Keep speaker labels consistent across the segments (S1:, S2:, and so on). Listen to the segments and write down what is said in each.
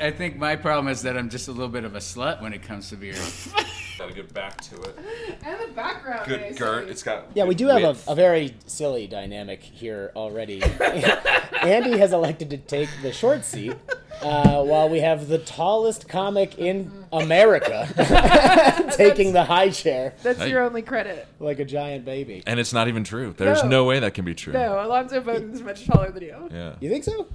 S1: I think my problem is that I'm just a little bit of a slut when it comes to beer.
S2: Got a good back to it.
S3: And the background.
S2: Good girt. It's got.
S4: Yeah, we
S2: good
S4: do have
S2: width.
S4: a, a very silly dynamic here already. Andy has elected to take the short seat, uh, while we have the tallest comic in America taking the high chair
S3: That's
S5: Hey.
S3: your only credit.
S4: like a giant baby.
S5: And it's not even true. There's
S3: No.
S5: no, way that can be true.
S3: No, Alonzo Bowden's much taller than you.
S5: Yeah.
S4: You think so?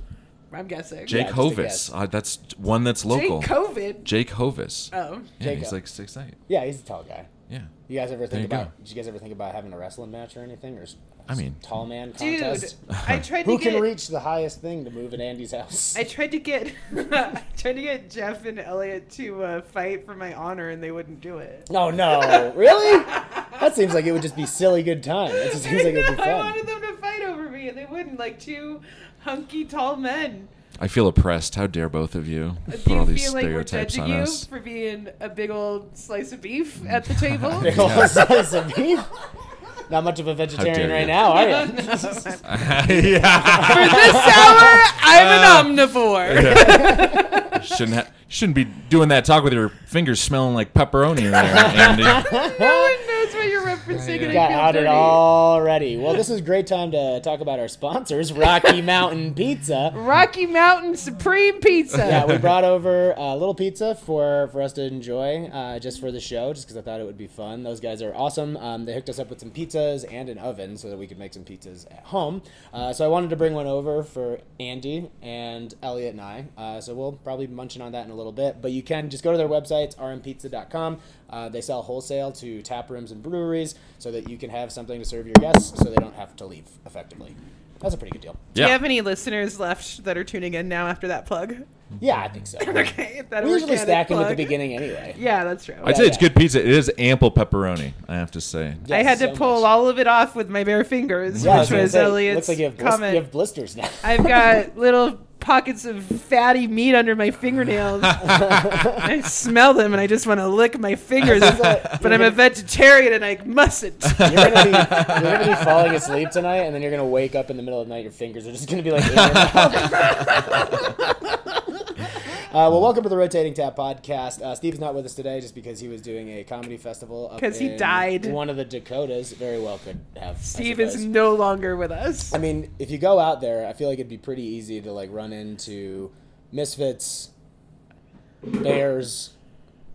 S3: I'm guessing.
S5: Jake
S4: just a guess.
S5: Hovis. Uh, that's one that's
S3: Jake
S5: local.
S3: COVID.
S5: Jake Hovis.
S3: Oh,
S5: yeah, he's
S4: Jacob.
S5: like six eight.
S4: Yeah, he's a tall guy.
S5: Yeah.
S4: You guys ever think
S5: you go.
S4: about? Did you guys ever think about having a wrestling match or anything, or s-
S5: I mean-
S4: tall man
S3: dude,
S4: contest?
S3: I tried
S4: Who
S3: to get.
S4: can reach the highest thing to move in Andy's house?
S3: I tried to get. I tried to get Jeff and Elliot to uh, fight for my honor, and they wouldn't do it.
S4: Oh no! Really? That seems like it would just be silly good time. It just seems like it'd be
S3: I
S4: fun.
S3: wanted them to fight over me, and they wouldn't. Like two hunky, tall men.
S5: I feel oppressed. How dare both of you put
S3: Do you
S5: all these
S3: feel like we're
S5: stereotypes
S3: judging
S5: on
S3: you
S5: us?
S3: for being a big old slice of beef at the table?
S4: Big ol' slice of beef. Not much of a vegetarian
S5: dare
S4: right
S5: you.
S4: now, are you?
S5: yeah.
S3: For this hour, I'm
S5: Uh,
S3: an omnivore.
S5: Shouldn't ha- shouldn't be doing that talk with your fingers smelling like pepperoni in there, Andy.
S3: No one knows what you're referencing. and I
S4: Got
S3: feel
S4: outed
S3: dirty.
S4: already. Well, this is a great time to talk about our sponsors, Rocky Mountain Pizza.
S3: Rocky Mountain Supreme Pizza.
S4: Yeah, we brought over a little pizza for, for us to enjoy uh, just for the show, just because I thought it would be fun. Those guys are awesome. Um, they hooked us up with some pizzas and an oven so that we could make some pizzas at home. Uh, so I wanted to bring one over for Andy and Elliot and I. Uh, so we'll probably be munching on that in a little bit. But you can just go to their website, it's rmpizza.com. Uh, they sell wholesale to tap rooms and breweries so that you can have something to serve your guests so they don't have to leave effectively. That's a pretty good deal.
S3: Do you
S5: Yeah.
S3: have any listeners left that are tuning in now after that plug?
S4: Yeah, I think so.
S3: Okay, that
S4: We usually
S3: organic
S4: stack them at the
S3: plug.
S4: beginning anyway.
S3: Yeah, that's true.
S5: I'd say it's good pizza. It is ample pepperoni, I have to say.
S3: I had to
S4: so
S3: pull
S4: much.
S3: all of it off with my bare fingers,
S4: Yeah, I
S3: which
S4: gonna
S3: was
S4: say,
S3: Elliot's
S4: looks like you have, blis-
S3: comment.
S4: you have blisters now.
S3: I've got little pockets of fatty meat under my fingernails. I smell them and I just want to lick my fingers,
S4: like-
S3: but I'm a vegetarian and I mustn't.
S4: You're gonna be you're gonna be falling asleep tonight, and then you're gonna wake up in the middle of the night. Your fingers are just gonna be like. In your mouth. Uh, well, welcome to the Rotating Tap Podcast. Uh, Steve's not with us today just because he was doing a comedy festival. up
S3: 'Cause he
S4: in
S3: died.
S4: One of the Dakotas very well could have. I
S3: Steve is
S4: suppose.
S3: no longer with us.
S4: I mean, if you go out there, I feel like it'd be pretty easy to like run into misfits, bears,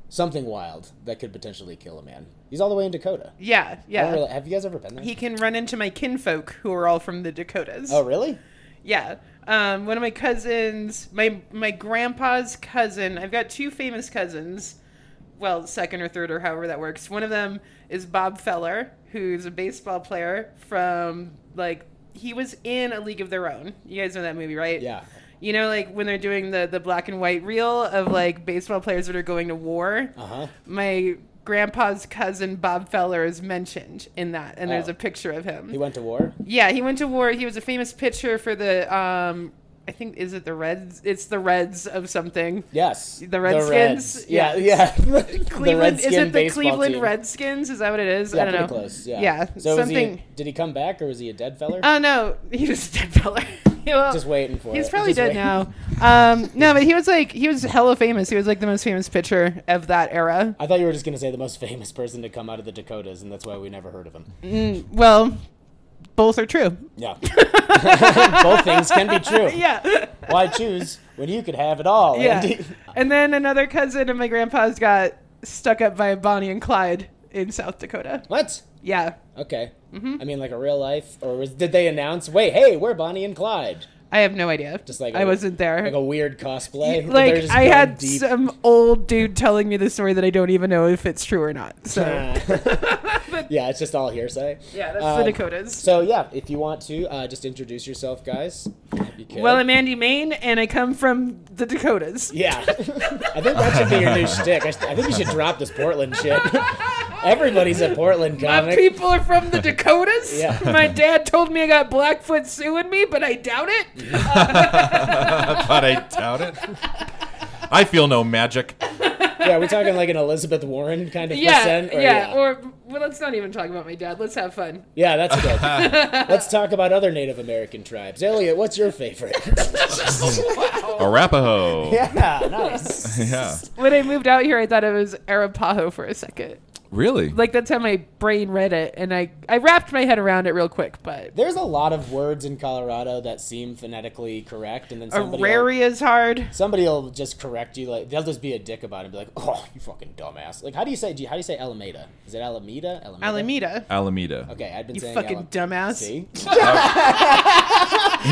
S4: something wild that could potentially kill a man. He's all the way in Dakota.
S3: Yeah,
S4: I don't
S3: yeah.
S4: really- have you guys ever been there?
S3: He can run into my kinfolk who are all from the Dakotas.
S4: oh, really?
S3: Yeah. Um, one of my cousins, my my grandpa's cousin. I've got two famous cousins. Well, second or third or however that works. One of them is Bob Feller, who's a baseball player from like he was in A League of Their Own. You guys know that movie, right?
S4: Yeah.
S3: You know, like when they're doing the the black and white reel of like baseball players that are going to war.
S4: Uh huh.
S3: My grandpa's cousin Bob Feller is mentioned in that, and there's
S4: Oh.
S3: a picture of him.
S4: He went to war.
S3: Yeah, he went to war. He was a famous pitcher for the um I think is it the Reds? It's the Reds of something.
S4: Yes.
S3: The Redskins?
S4: Reds. Yeah, yeah.
S3: Cleveland is it the
S4: baseball
S3: Cleveland
S4: team.
S3: Redskins? Is that what it is?
S4: Yeah,
S3: I don't know.
S4: pretty close. Yeah.
S3: Yeah,
S4: So was
S3: something-
S4: he? Did he come back, or was he a dead feller?
S3: Oh no, he was a dead fella. Well,
S4: Just waiting for
S3: He's
S4: it.
S3: probably
S4: Just
S3: dead
S4: waiting.
S3: now. Um, no, but he was like he was hella famous. He was like the most famous pitcher of that era.
S4: I thought you were just gonna say the most famous person to come out of the Dakotas, and that's why we never heard of him.
S3: Well, both are true.
S4: Yeah. Both things can be true.
S3: Yeah.
S4: Why choose when you could have it all?
S3: Yeah.
S4: Andy?
S3: and then another cousin of my grandpa's got stuck up by Bonnie and Clyde in South Dakota.
S4: What?
S3: Yeah.
S4: Okay.
S3: Mm-hmm.
S4: I mean, like a real life, or was did they announce? Wait, hey, we're Bonnie and Clyde.
S3: I have no idea.
S4: Just like
S3: I
S4: I
S3: I wasn't there.
S4: Like a weird cosplay. They're
S3: like
S4: just
S3: I
S4: going
S3: had
S4: deep.
S3: some old dude telling me the story that I don't even know if it's true or not. So
S4: Uh,
S3: But yeah,
S4: yeah, it's just all hearsay.
S3: that's
S4: Um,
S3: the Dakotas.
S4: So yeah, if you want to, uh, just introduce yourself, guys. if you could.
S3: well, I'm Andy Maine, and I come from the Dakotas.
S4: yeah, I think that should be your new shtick. I, sh- I think you should drop this Portland shit. Everybody's a Portland
S3: My
S4: comic.
S3: Uh, people are from the Dakotas.
S4: Yeah.
S3: My dad told me I got Blackfoot suing me, but I doubt it.
S5: but I doubt it. I feel no magic.
S4: yeah, we're talking like an Elizabeth Warren kind of
S3: yeah,
S4: percent. Or,
S3: yeah,
S4: yeah,
S3: Or well, let's not even talk about my dad. Let's have fun.
S4: Yeah, that's good. Let's talk about other Native American tribes. Elliot, what's your favorite?
S3: Oh.
S5: Arapaho.
S4: yeah, nice.
S5: Yeah.
S3: When I moved out here, I thought it was Arapaho for a second.
S5: Really?
S3: Like that's how my brain read it, and I I wrapped my head around it real quick. But
S4: There's a lot of words in Colorado that seem phonetically correct, and then somebody will,
S3: Araria is hard.
S4: somebody will just correct you. Like they'll just be a dick about it, and be like, "Oh, you fucking dumbass." Like, how do you say? Do you, how do you say Alameda? Is it Alameda? Alameda.
S3: Alameda,
S5: Alameda.
S4: Okay, I'd been
S3: you
S4: saying
S3: fucking
S4: Ala-
S3: dumbass.
S4: See,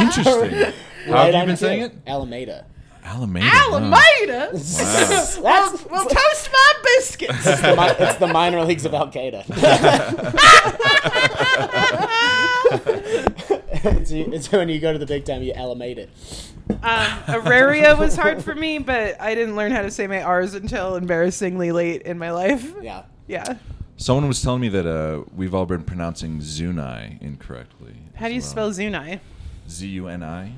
S5: Interesting. How
S4: Right
S5: have you
S4: on
S5: been
S4: cue.
S5: saying it?
S4: Alameda.
S5: Alameda.
S3: Alameda.
S4: That's-
S3: well, well, toast my biscuits.
S4: It's the, mi- it's the minor leagues of Al Qaeda. it's, it's when you go to the big time, you Alameda it.
S3: Um, Araria was hard for me, but I didn't learn how to say my R's until embarrassingly late in my life.
S4: Yeah.
S3: Yeah.
S5: Someone was telling me that uh, we've all been pronouncing Zuni incorrectly.
S3: How do you spell Zuni?
S5: Z U N I?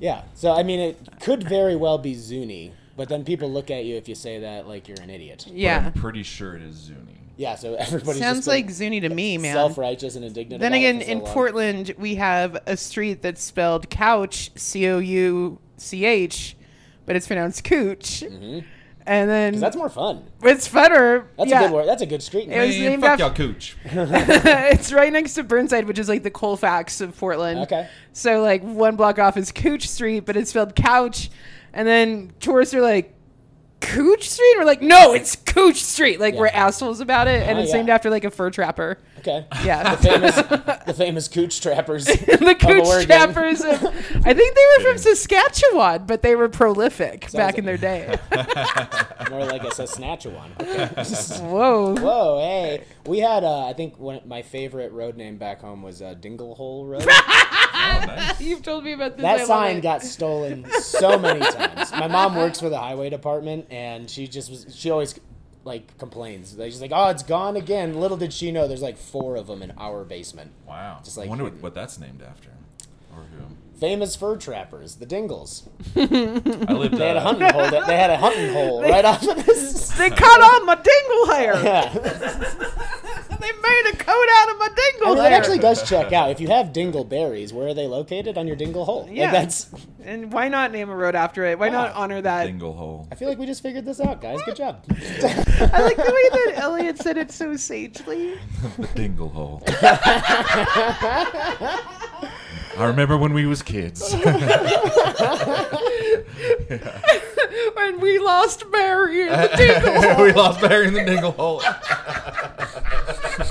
S4: Yeah. So I mean, it could very well be Zuni, but then people look at you if you say that like you're an idiot.
S3: Yeah.
S5: I'm pretty sure it is Zuni.
S4: Yeah. So everybody's
S3: Sounds
S4: just been
S3: like Zuni to me, man.
S4: self-righteous and indignant.
S3: then
S4: about it
S3: again,
S4: for so
S3: in
S4: long.
S3: Portland, we have a street that's spelled couch, C O U C H, but it's pronounced cooch. And then
S4: Mm-hmm. 'Cause that's more fun.
S3: it's funner.
S4: That's
S3: yeah.
S4: a good word. That's a good street name.
S3: was
S5: Man,
S3: named
S5: fuck
S3: after-
S5: y'all, cooch.
S3: it's right next to Burnside, which is like the Colfax of Portland.
S4: Okay.
S3: So like one block off is Cooch Street, but it's spelled couch. And then tourists are like, Cooch Street? We're like, no, it's Cooch Street. Like we're
S4: Yeah.
S3: assholes about it. And
S4: Oh,
S3: it's
S4: yeah.
S3: named after like a fur trapper.
S4: Okay.
S3: Yeah.
S4: Famous, the famous cooch trappers.
S3: the
S4: of Oregon.
S3: Cooch trappers. Of, I think they were from Saskatchewan, but they were prolific back in their day.
S4: More like a Saskatchewan.
S3: Whoa.
S4: Whoa, hey. We had, uh, I think, one, my favorite road name back home was uh, Dinglehole Road.
S3: Ah,
S5: Oh,
S3: You've told me about this. I
S4: That
S3: love
S4: sign
S3: it.
S4: got stolen so many times. My mom works for the highway department, and she just was. She always like complains. Like, She's like, "Oh, it's gone again." Little did she know, there's like four of them in our basement.
S5: Wow.
S4: Just like-
S5: I wonder what, what that's named after. Or who.
S4: Famous fur trappers, the Dingles.
S5: I lived
S4: They had a
S5: uh,
S4: hunting hole. That, they had a hunting hole right off of this.
S3: They cut off my dingle hair.
S4: Yeah,
S3: they made a coat out of my dingle
S4: I mean,
S3: hair.
S4: that actually does check out. If you have dingleberries, where are they located on your dingle hole?
S3: Yeah.
S4: Like that's.
S3: And why not name a road after it? Why not
S4: Ah.
S3: honor that?
S5: dingle hole.
S4: I feel like we just figured this out, guys. Good job.
S3: I like the way that Elliot said it so sagely.
S5: The dingle hole. I remember when we was kids.
S3: When we lost Mary in the dingle.
S5: we lost Barry in the dingle hole.
S4: Oh,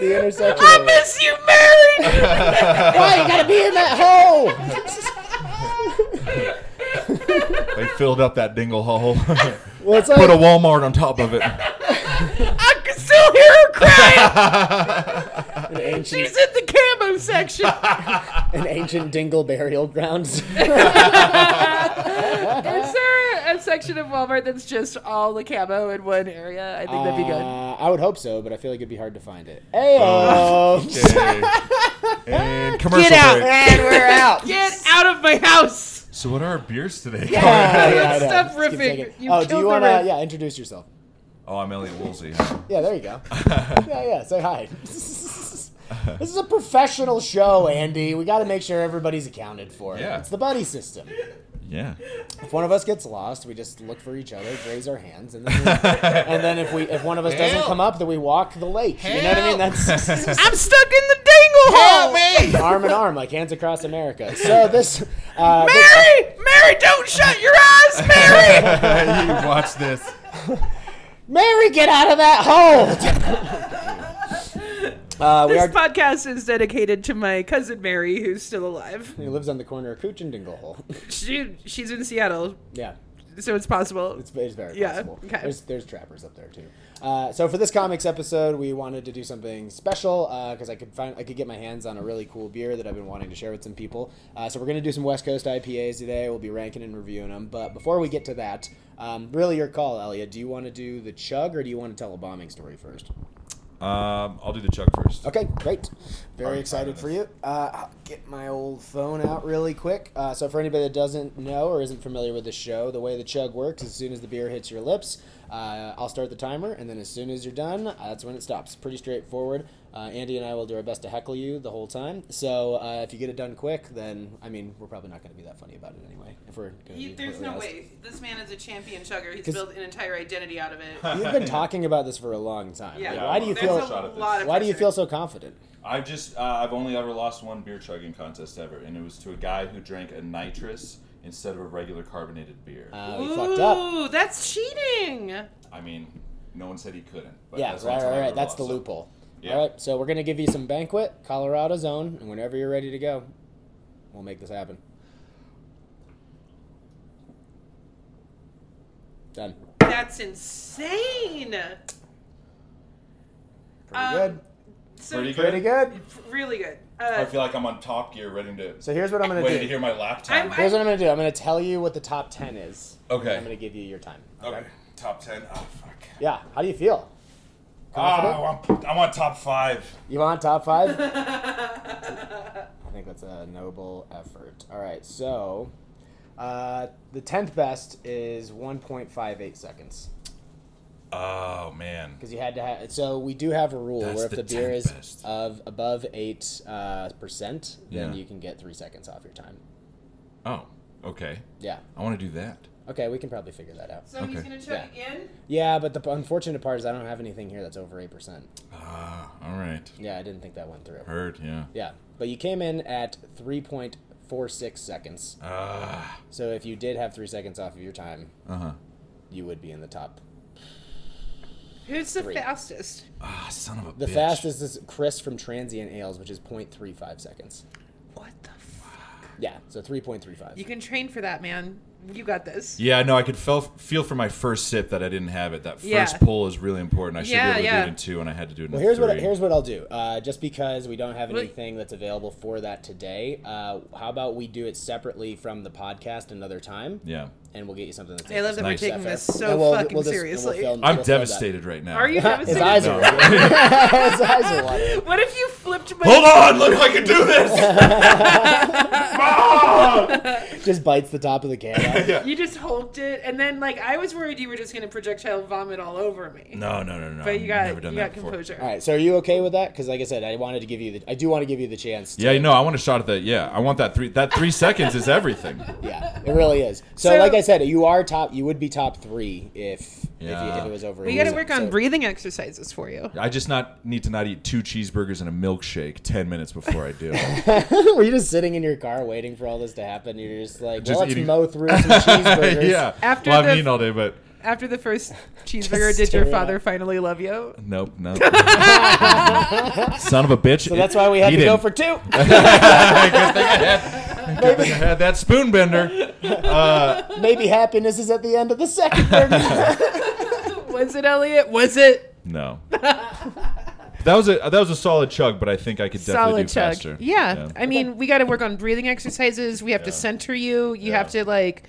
S4: The intersection.
S3: I miss you, Mary.
S4: Why you gotta be in that hole?
S5: They filled up that dingle hole.
S4: Well, it's
S5: Put a
S4: like
S5: Walmart on top of it.
S3: I can still hear her crying.
S4: an ancient.
S3: She's in the camo section.
S4: an ancient dingle burial grounds. Uh,
S3: Is there a section of Walmart that's just all the camo in one area? I think that'd be good.
S4: Uh, I would hope so, but I feel like it'd be hard to find it.
S5: Uh,
S4: Ayo!
S5: Okay. And commercial break.
S4: and we're out.
S3: Get out of my house.
S5: So what are our beers today?
S4: Yeah, I know.
S3: Stop
S4: Just keep
S3: riffing.
S4: taking-
S3: You
S4: oh, do
S3: killed
S4: you
S3: the
S4: want to?
S3: riff.
S4: Yeah, introduce yourself.
S5: Oh, I'm Elliot Woolsey.
S4: Yeah, there you go. yeah, yeah. Say hi. this is a professional show, Andy. We got to make sure everybody's accounted for.
S5: Yeah.
S4: It's the buddy system.
S5: Yeah.
S4: If one of us gets lost, we just look for each other, raise our hands, and then, we, and then if we if one of us doesn't
S5: Help.
S4: come up, then we walk the lake. You know what I mean? That's
S3: I'm stuck in the dingle hole.
S5: me!
S4: arm in arm, like hands across America. So this, uh, this-
S3: Mary, Mary, don't shut your eyes, Mary.
S5: you watch this.
S4: Mary, get out of that hole. uh, we
S3: This
S4: are.
S3: podcast is dedicated to my cousin Mary, who's still alive.
S4: He lives on the corner of Cooch and Dinglehole.
S3: She she's in Seattle,
S4: yeah,
S3: so it's possible.
S4: it's, it's very
S3: Yeah,
S4: possible.
S3: okay.
S4: There's there's trappers up there too. Uh, so for this comics episode, we wanted to do something special because I could find I could get my hands on a really cool beer that I've been wanting to share with some people. Uh, so we're gonna do some West Coast IPAs today. We'll be ranking and reviewing them. But before we get to that, um, really your call, Elliot. Do you want to do the chug or do you want to tell a bombing story first?
S5: Um, I'll do the chug first.
S4: Okay, great. Very excited for you. Uh, I'll get my old phone out really quick. Uh, so, for anybody that doesn't know or isn't familiar with the show, the way the chug works, as soon as the beer hits your lips, uh, I'll start the timer, and then as soon as you're done, uh, that's when it stops. Pretty straightforward. Uh, Andy and I will do our best to heckle you the whole time. So, uh, if you get it done quick, then, I mean, we're probably not going to be that funny about it anyway. If we're gonna
S3: You,
S4: be
S3: there's
S4: completely
S3: no
S4: honest.
S3: way. This man is a champion chugger. He's
S4: 'Cause-
S3: built an entire identity out of it.
S4: You've been talking about this for a long time.
S3: yeah.
S4: Like, why do you
S3: There's
S4: feel?
S3: a
S2: Shot at this.
S3: lot of
S4: Why do you
S3: precedent.
S4: feel so confident?
S2: I've just uh, I've only ever lost one beer chugging contest ever, and it was to a guy who drank a nitrous instead of a regular carbonated beer.
S4: Uh, we fucked up.
S3: Ooh, that's cheating.
S2: I mean, no one said he couldn't. But
S4: Yeah,
S2: that's
S4: right,
S2: one time I
S4: right, right.
S2: ever
S4: That's the
S2: lost it.
S4: loophole.
S2: Yeah.
S4: All right, so we're gonna give you some banquet, Colorado zone, and whenever you're ready to go, we'll make this happen. Done.
S3: That's insane.
S4: Pretty
S3: Um,
S4: good.
S3: So
S2: Pretty good.
S4: Pretty good.
S3: Really good.
S2: I
S3: Uh,
S2: feel like I'm on Top Gear, ready to
S4: So here's what I'm gonna
S2: waiting to
S4: do.
S2: hear my lap time.
S3: I'm-
S4: Here's what I'm gonna do. I'm gonna tell you what the top ten is. and
S2: Okay.
S4: I'm gonna give you your time.
S2: okay, top ten.
S5: Ah,
S2: Oh fuck.
S4: Yeah. How do you feel? Confident?
S2: Ah, I want, I want top five.
S4: You want top five? I think that's a noble effort. All right, so uh, the tenth best is one point five eight seconds
S2: Oh man.
S4: because you had to have. So we do have a rule
S2: That's
S4: where if
S2: the
S4: the, beer
S2: 10th
S4: is
S2: best.
S4: of above eight uh, percent, then
S5: Yeah.
S4: you can get three seconds off your time.
S5: Oh, okay.
S4: Yeah.
S5: I want to do that.
S4: Okay, we can probably figure that out.
S3: so
S5: okay.
S3: he's gonna chug again.
S4: Yeah, but the unfortunate part is I don't have anything here that's over eight percent.
S5: Ah, all right.
S4: Yeah, I didn't think that went through.
S5: Heard, yeah.
S4: Yeah, but you came in at three point four six seconds.
S5: Ah,
S4: So if you did have three seconds off of your time,
S5: uh huh.
S4: you would be in the top.
S3: Who's the
S4: Three.
S3: fastest?
S5: Ah, son of a
S4: The
S5: bitch.
S4: fastest is Chris from Transient Ales, which is 0.35 seconds.
S3: What the? F-
S4: Yeah, so 3.35.
S3: you can train for that, man. You got this.
S5: Yeah, no, I could feel, feel for my first sip that I didn't have it. That first
S3: Yeah.
S5: pull is really important. I should
S3: Yeah,
S5: be able to
S3: yeah.
S5: do it in two, and I had to do it in
S4: well, here's
S5: three.
S4: what here's what I'll do. Uh, just because we don't have
S3: Wait.
S4: anything that's available for that today, uh, how about we do it separately from the podcast another time,
S5: Yeah.
S4: and we'll get you something that's.
S3: I love that
S5: Nice.
S3: we're
S4: Is
S3: taking
S4: fair?
S3: this so
S4: And we'll-
S3: fucking
S4: we'll just- and we'll
S3: seriously.
S4: film-
S5: I'm
S4: we'll film that.
S5: devastated right now.
S3: Are you devastated?
S4: His eyes are. His eyes are watering.
S3: What if you flipped my?
S5: Hold on, look, I can do this.
S4: Just bites the top of the can. off.
S3: You just hulked it, and then like I was worried you were just gonna projectile vomit all over me.
S5: no, no, no, no.
S3: but you got
S5: never done
S3: you
S5: that
S3: got
S5: before.
S3: composure.
S4: All right. So are you okay with that? Because like I said, I wanted to give you the. I do want to give you the chance. To,
S5: Yeah, no, I want a shot at that. Yeah, I want that three. That three seconds is everything.
S4: Yeah, it really is. So,
S3: So-
S4: like I said, you are top. You would be top three if if, you,
S5: Yeah.
S4: if it was over.
S3: We
S4: eight
S3: gotta
S4: percent.
S3: work on
S4: So-
S3: breathing exercises for you.
S5: I just not need to not eat two cheeseburgers and a milkshake ten minutes before I do.
S4: Were you just sitting in your car waiting for all this to happen? You're just like, well,
S5: Just
S4: let's
S5: eating-
S4: mow through some cheeseburgers.
S5: yeah.
S3: After
S5: well, I've
S3: the-
S5: been eating all day, but
S3: After the first cheeseburger, did
S4: Just
S3: your
S4: staring
S3: father
S4: at-
S3: finally love you?
S5: nope, nope. Son of a bitch.
S4: So that's why we had to go for two.
S5: Good thing I had, good thing I had that spoon bender.
S4: Maybe happiness is at the end of the second burger.
S3: Was it Elliot? Was it
S5: No. That was a that was a solid chug, but I think I could
S3: solid
S5: definitely do
S3: chug?
S5: faster.
S3: Yeah. I mean, we got to work on breathing exercises. We have to
S5: Yeah.
S3: center you. You
S5: Yeah.
S3: have to like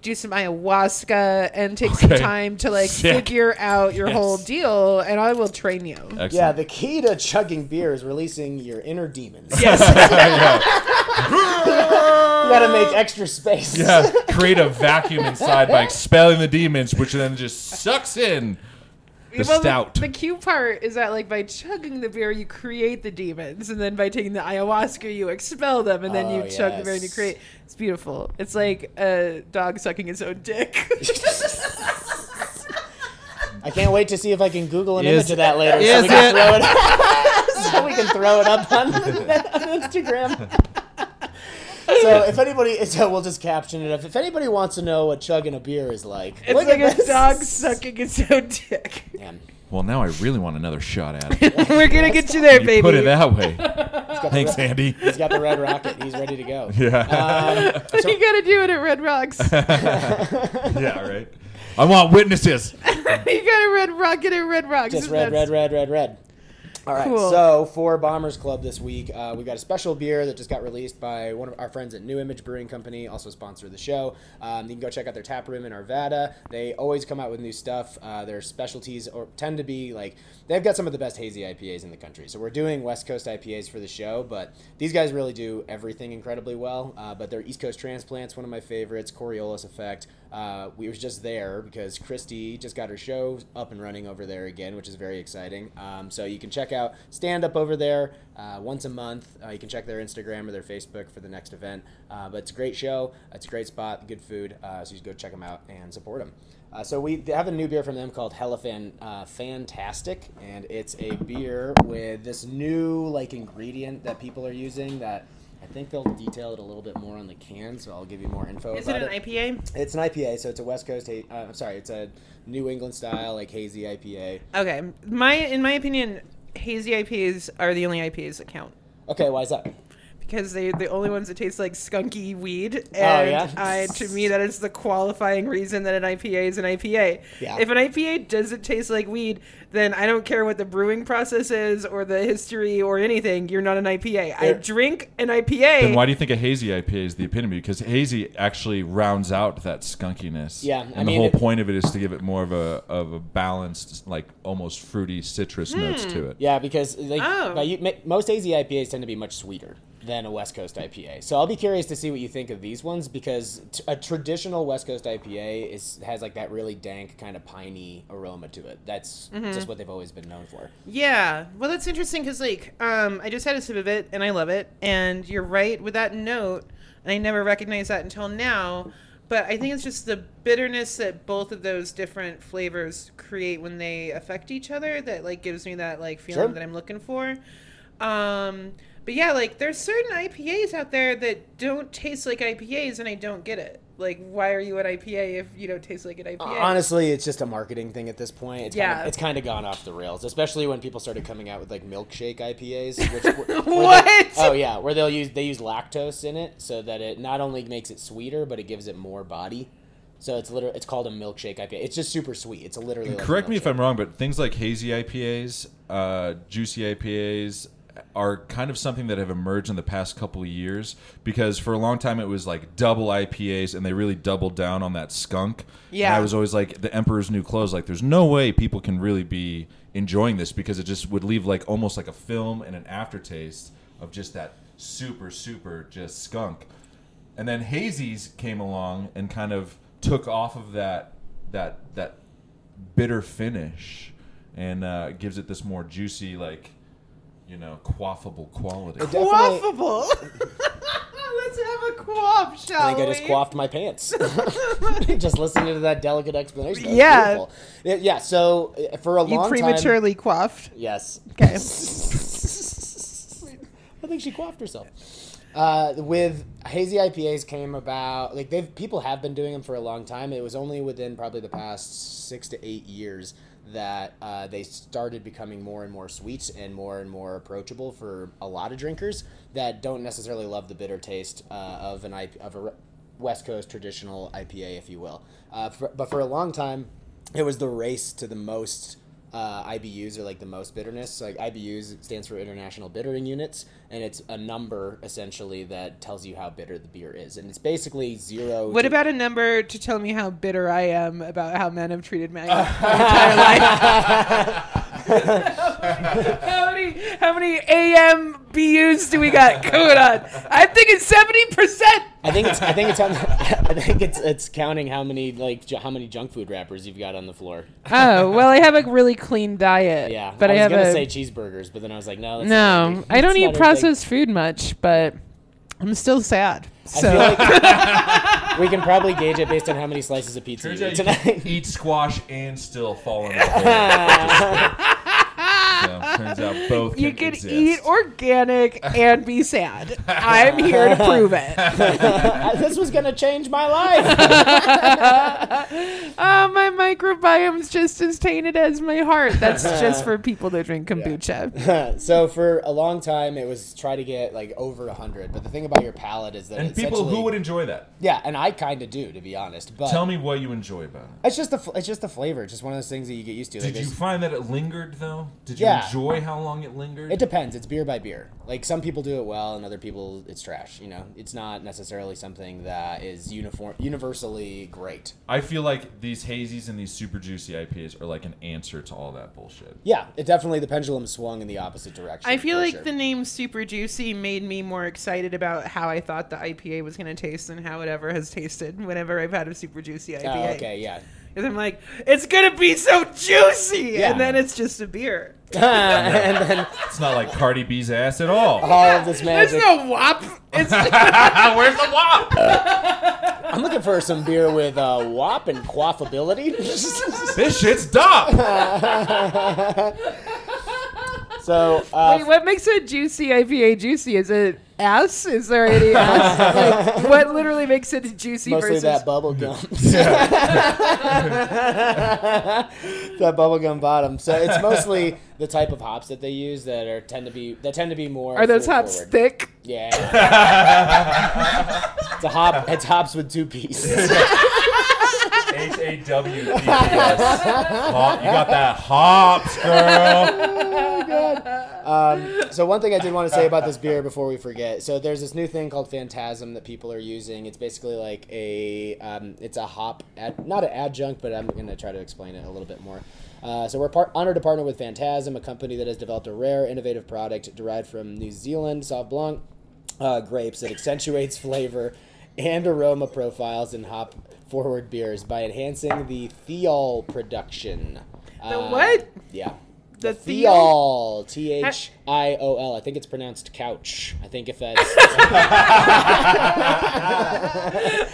S3: do some ayahuasca and take some
S5: Okay.
S3: time to like
S5: Sick.
S3: figure out your
S5: Yes.
S3: whole deal. And I will train you.
S4: yeah,
S5: Excellent.
S4: the key to chugging beer is releasing your inner demons.
S3: Yes.
S4: You gotta make extra space.
S5: Yeah, create a vacuum inside by expelling the demons, which then just sucks in the
S3: Well,
S5: stout.
S3: The, cute part is that like by chugging the beer, you create the demons, and then by taking the ayahuasca, you expel them, and then
S4: Oh,
S3: you
S5: Ah,
S3: chug the beer and you
S4: yes.
S3: create. It's beautiful. It's like a dog sucking his own dick.
S4: I can't wait to see if I can Google an
S5: Is-
S4: image of that later so
S5: is
S4: we can throw
S5: it-
S4: it so we can throw it up on, on Instagram. So if anybody, so we'll just caption it. If, if anybody wants to know what chugging a beer is like,
S3: It's
S4: look
S3: like
S4: at
S3: a
S4: this.
S3: dog sucking his own dick.
S4: Man,
S5: Well, now I really want another shot at it.
S3: We're gonna get you there,
S5: You
S3: baby.
S5: put it that way. Thanks, Andy.
S4: he's got the red rocket. He's ready to go.
S5: Yeah.
S4: Um,
S3: you gotta do it at Red Rocks.
S5: yeah, right. I want witnesses.
S3: you got a red rock. Get a red rock.
S4: Just red, red, red, red, red. All right.
S3: Cool.
S4: So for Bombers Club this week, uh, we got a special beer that just got released by one of our friends at New Image Brewing Company, also sponsor of the show. Um, you can go check out their tap room in Arvada. They always come out with new stuff. Uh, their specialties or tend to be like they've got some of the best hazy IPAs in the country. So we're doing West Coast IPAs for the show, but these guys really do everything incredibly well. Uh, but their East Coast transplants, one of my favorites, Coriolis Effect. Uh, we was just there because Christy just got her show up and running over there again, which is very exciting. Um, so you can check out stand up over there uh, once a month. Uh, you can check their Instagram or their Facebook for the next event. Uh, but it's a great show. It's a great spot, good food. Uh, so you just go check them out and support them. Uh, so we have a new beer from them called Helifan uh, Fantastic, and it's a beer with this new like ingredient that people are using that. I think they'll detail it a little bit more on the can, so I'll give you more info
S3: Is it
S4: about
S3: an IPA?
S4: it's an IPA, so it's a West Coast. ha- Uh, I'm sorry, it's a New England style, like hazy IPA.
S3: Okay. My in my opinion, hazy IPAs are the only IPAs that count
S4: Okay, why is that?
S3: because they're the only ones that taste like skunky weed. And
S4: Oh, yeah?
S3: I, to me, that is the qualifying reason that an IPA is an IPA.
S4: Yeah.
S3: If an IPA doesn't taste like weed, then I don't care what the brewing process is or the history or anything. You're not an IPA. I
S4: There-
S3: drink an IPA.
S5: Then why do you think a hazy IPA is the epitome? Because hazy actually rounds out that skunkiness.
S4: Yeah, I mean,
S5: and the whole
S4: it-
S5: point of it is to give it more of a of a balanced, like almost fruity citrus notes
S4: Hmm,
S5: to it.
S4: Yeah, because like
S3: Oh.
S4: by you, ma- most hazy IPAs tend to be much sweeter than a West Coast IPA. So I'll be curious to see what you think of these ones because t- a traditional West Coast IPA is has like that really dank kind of piney aroma to it. That's just what they've always been known for.
S3: Yeah. Well, that's interesting because, like, um, I just had a sip of it and I love it. And you're right with that note. And I never recognized that until now. But I think it's just the bitterness that both of those different flavors create when they affect each other that, like, gives me that, like, feeling
S4: Sure.
S3: that I'm looking for. Um, but yeah, like, there's certain IPAs out there that don't taste like IPAs and I don't get it. Like, why are you an IPA if you don't taste like an IPA?
S4: Honestly, it's just a marketing thing at this point. It's kind
S3: Yeah.
S4: of, it's kind of gone off the rails, especially when people started coming out with like milkshake IPAs. Which were, where they-
S3: What?
S4: oh yeah, where they'll use they use lactose in it so that it not only makes it sweeter but it gives it more body. So it's literally it's called a milkshake IPA. It's just super sweet. It's literally like a
S5: Correct me if
S4: milkshake.
S5: I'm wrong, but things like hazy IPAs, uh, juicy IPAs are kind of something that have emerged in the past couple of years because for a long time it was like double IPAs and they really doubled down on that skunk.
S3: Yeah.
S5: And I was always like the emperor's new clothes like there's no way people can really be enjoying this because it just would leave like almost like a film and an aftertaste of just that super super just skunk. And then hazies came along and kind of took off of that that that bitter finish and uh, gives it this more juicy, like you know, quaffable quality.
S4: It definitely-
S3: Quaffable. Let's have a quaff, shall
S4: I think
S3: we?
S4: I just quaffed my pants. just listening to that delicate explanation. That was
S3: Yeah.
S4: beautiful. Yeah. Yeah. So uh, for a
S3: You
S4: long time,
S3: prematurely quaffed.
S4: Yes.
S3: Okay.
S4: I think she quaffed herself. Uh, with hazy IPAs came about like they've people have been doing them for a long time. It was only within probably the past six to eight years that uh, they started becoming more and more sweet and more and more approachable for a lot of drinkers that don't necessarily love the bitter taste uh, of an IP, of a re- West Coast traditional IPA, if you will. Uh, for, but for a long time, it was the race to the most uh, IBUs or like the most bitterness. So, like IBUs stands for International Bittering Units, and it's a number essentially that tells you how bitter the beer is, and it's basically zero.
S3: What
S4: to-
S3: about a number to tell me how bitter I am about how men have treated me my entire life? how many how many AM BUs do we got going on? I think it's seventy percent.
S4: I think it's I think it's on, I think it's it's counting how many like ju- how many junk food wrappers you've got on the floor.
S3: Oh well, I have a really clean diet.
S4: Yeah,
S3: but I,
S4: I was
S3: have
S4: gonna
S3: a
S4: say cheeseburgers, but then I was like, no, that's
S3: no.
S4: not really-
S3: I don't
S4: that's
S3: eat
S4: not a big-
S3: processed food much, but I'm still sad.
S4: I
S3: So.
S4: feel like- we can probably gauge it based on how many slices of pizza
S5: Turns
S4: you
S5: out
S4: eat
S5: you can
S4: tonight.
S5: eat squash and still fall in the hole. Just- so, Turns out both
S3: You
S5: can
S3: can
S5: exist.
S3: eat organic and be sad. I'm here to prove it.
S4: this was gonna change my life.
S3: Oh, my microbiome's just as tainted as my heart. That's just for people that drink kombucha.
S4: so for a long time, it was try to get like over hundred. But the thing about your palate is that
S5: and people who
S4: essentially-
S5: would enjoy that.
S4: yeah, and I kind of do to be honest. But
S5: Tell me what you enjoy about it.
S4: it's just the fl- it's just the flavor. It's just one of those things that you get used to. Like,
S5: Did you
S4: it's-
S5: find that it lingered though? Did you
S4: Yeah.
S5: enjoy how long it lingered?
S4: It depends. It's beer by beer. Like some people do it well, and other people it's trash. You know, it's not necessarily something that is uniform, universally great.
S5: I feel like these hazies and these super juicy IPAs are like an answer to all that bullshit.
S4: Yeah, it definitely the pendulum swung in the opposite direction.
S3: I feel
S4: for
S3: like
S4: sure.
S3: the name Super Juicy made me more excited about how I thought the IPA was going to taste than how it ever has tasted whenever I've had a Super Juicy IPA.
S4: Oh, okay, yeah.
S3: Because I'm like, it's going to be so juicy!
S4: Yeah.
S3: And then it's just a beer.
S4: and then
S5: It's not like Cardi B's ass at all.
S4: all of this magic.
S3: There's no wop. It's
S4: Ah,
S5: Where's the wop?
S4: I'm looking for some beer with uh, wop and quaffability.
S5: This shit's dop.
S4: so, uh,
S3: Wait, what makes a juicy IPA juicy? Is it ass? Is there any ass? like, what literally makes it juicy
S4: mostly
S3: versus
S4: that bubble gum. that bubble gum bottom. So it's mostly the type of hops that they use that are tend to be that tend to be more.
S3: are those
S4: fruit
S3: hops
S4: forward.
S3: thick?
S4: Yeah. it's a hop. It's hops with two P's.
S5: H A W P S. Hop. You got that hops, girl.
S3: Uh, Oh
S4: Um, so one thing I did want to say about this beer before we forget. So there's this new thing called Phantasm that people are using. It's basically like a um, it's a hop ad, not an adjunct, but I'm gonna try to explain it a little bit more. Uh, so we're par- honored to partner with Phantasm, a company that has developed a rare, innovative product derived from New Zealand Sauv Blanc uh, grapes that accentuates flavor and aroma profiles in hop forward beers by enhancing the thiol production.
S3: The what?
S4: Yeah.
S3: The
S4: Thiol. T H I O L. I think it's pronounced couch. I think if that's.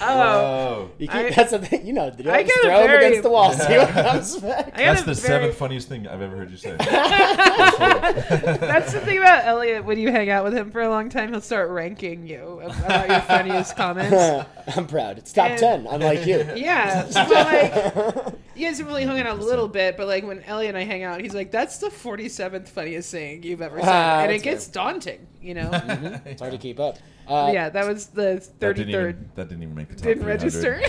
S5: Oh.
S4: You keep,
S3: I-
S4: that's the thing. You know, you
S3: I
S4: always
S3: get a
S4: throw him
S3: very-
S4: against the wall, see what comes back.
S3: I had
S5: That's
S3: a
S5: the
S3: very-
S5: seventh funniest thing I've ever heard you say.
S3: That's the thing about Elliot. When you hang out with him for a long time, he'll start ranking you about your funniest comments.
S4: I'm proud. It's top
S3: And-
S4: 10, unlike you.
S3: Yeah, but like you guys have only hung out a little bit, but like when Elliot and I hang out, he's like, "That's the forty-seventh funniest thing you've ever said,"
S4: Ah,
S3: and
S4: that's
S3: it gets daunting, you know.
S4: It's hard to keep up. Uh,
S3: yeah, that was the
S5: That didn't,
S3: thirty-third.
S5: even, that didn't even make the top
S3: Didn't
S5: 300.
S3: register.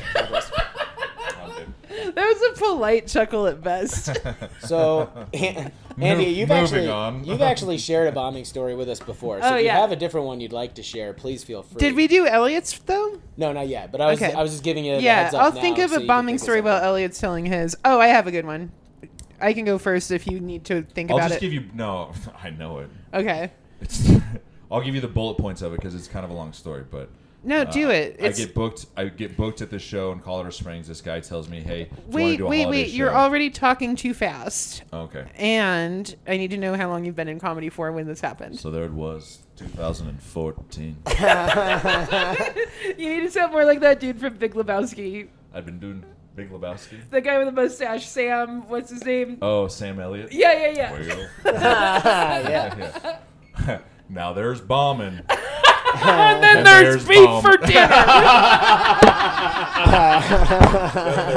S5: Oh, dude.
S3: that was a polite chuckle at best.
S4: So, An- Andy, you've
S5: moving
S4: actually,
S5: on.
S4: you've actually shared a bombing story with us before. So
S3: Oh,
S4: if you
S3: yeah.
S4: have a different one you'd like to share, please feel free.
S3: Did we do Elliot's though?
S4: No, not yet. But I was,
S3: Okay.
S4: I was just giving you the
S3: yeah,
S4: heads up
S3: I'll
S4: now
S3: think of
S4: so you
S3: a
S4: can
S3: bombing
S4: think of
S3: story
S4: something.
S3: while Elliot's telling his. Oh, I have a good one. I can go first if you need to think
S5: I'll
S3: about
S5: just
S3: it.
S5: give you. No, I know it.
S3: okay.
S5: It's, I'll give you the bullet points of it because it's kind of a long story, but.
S3: No,
S5: Uh,
S3: do it.
S5: I
S3: It's
S5: get booked. I get booked at the show in Colorado Springs. This guy tells me, "Hey, do
S3: wait,
S5: you want
S3: wait,
S5: to do a holiday
S3: wait. You're
S5: show?"
S3: already talking too fast,
S5: Oh, okay.
S3: and I need to know how long you've been in comedy for when this happened.
S5: So there it was, 2014.
S3: You need to sound more like that dude from Big Lebowski,
S5: I've been doing Big Lebowski.
S3: the guy with the mustache, Sam. What's his name?
S5: Oh, Sam Elliott.
S3: Yeah, yeah, yeah.
S5: Well,
S4: yeah.
S5: yeah. now there's bombing.
S3: And then
S5: And
S3: there's
S5: oh, there's
S3: beef
S5: Bum.
S3: for dinner.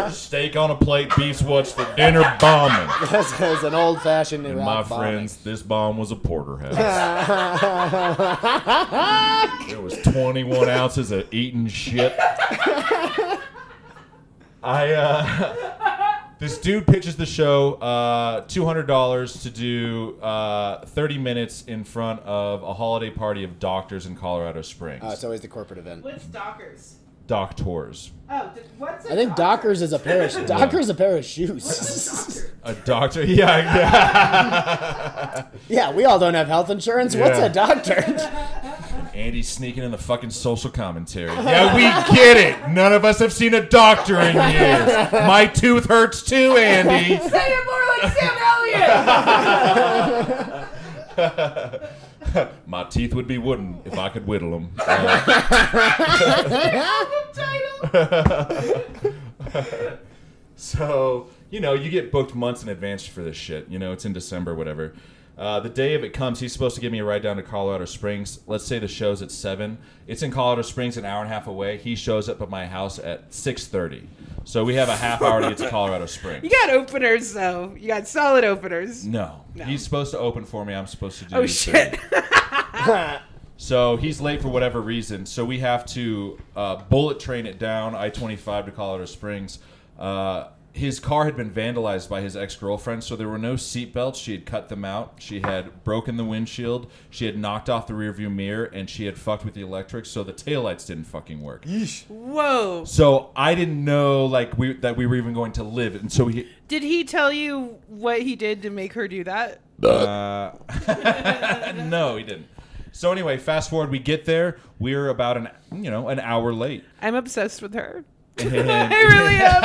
S5: There's steak on a plate. Beef's what's for dinner. Bombing.
S4: That's, that's an old-fashioned
S5: And my
S4: Iraq bombing.
S5: friends, this bomb was a porterhouse. it was 21 ounces of eating shit. I uh, this dude pitches the show uh, $200 to do uh, 30 minutes in front of a holiday party of doctors in Colorado Springs.
S4: Oh, it's always the corporate event.
S3: What's Dockers?
S5: doctors.
S3: Oh, what's
S4: I think Dockers is a pair of Dockers is a pair of shoes.
S5: A doctor? Yeah, yeah.
S4: yeah, we all don't have health insurance. What's
S5: Yeah.
S4: a doctor?
S5: Andy's sneaking in the fucking social commentary. Yeah, we get it. None of us have seen a doctor in years. My tooth hurts too, Andy.
S3: Say it more like Sam Elliott.
S5: My teeth would be wooden if I could whittle them. so, you know, you get booked months in advance for this shit. You know, it's in December, whatever. Uh, the day of it comes, he's supposed to give me a ride down to Colorado Springs. Let's say the show's at seven. It's in Colorado Springs, an hour and a half away. He shows up at my house at six thirty. So we have a half hour to get to Colorado Springs.
S3: You got openers though. You got solid openers.
S5: No. He's supposed to open for me. I'm supposed to do.
S3: Oh
S5: this
S3: shit.
S5: thing. So he's late for whatever reason. So we have to uh, bullet train it down I-25 to Colorado Springs. Uh, his car had been vandalized by his ex-girlfriend, so there were no seatbelts. She had cut them out. She had broken the windshield. She had knocked off the rearview mirror, and she had fucked with the electrics, so the taillights didn't fucking work.
S3: Mm. Whoa.
S5: So I didn't know like we that we were even going to live, and so he
S3: Did he tell you what he did to make her do that?
S5: no he didn't. So anyway, fast forward, we get there. We're about an you know an hour late.
S3: I'm obsessed with her.
S5: And-
S3: I really am.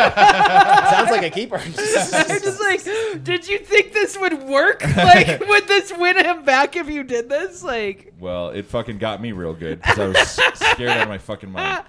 S4: Sounds like a keeper.
S3: I'm just like, did you think this would work? Like, would this win him back if you did this? Like,
S5: Well, it fucking got me real good because I was scared out of my fucking mind.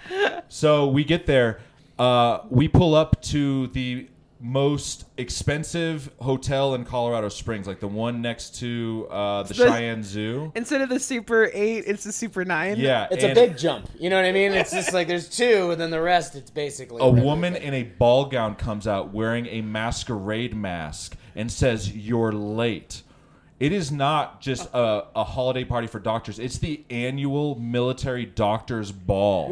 S5: So we get there. Uh, we pull up to the most expensive hotel in Colorado Springs, like the one next to uh, the,
S3: The-
S5: Cheyenne Zoo.
S3: instead of the Super 8, it's the Super 9.
S5: Yeah,
S4: It's a
S5: and
S4: big jump. You know what I mean? It's just like there's two, and then the rest, it's basically
S5: A woman in a ball gown comes out wearing a masquerade mask and says, "You're late." It is not just a, a holiday party for doctors. It's the annual military doctors ball.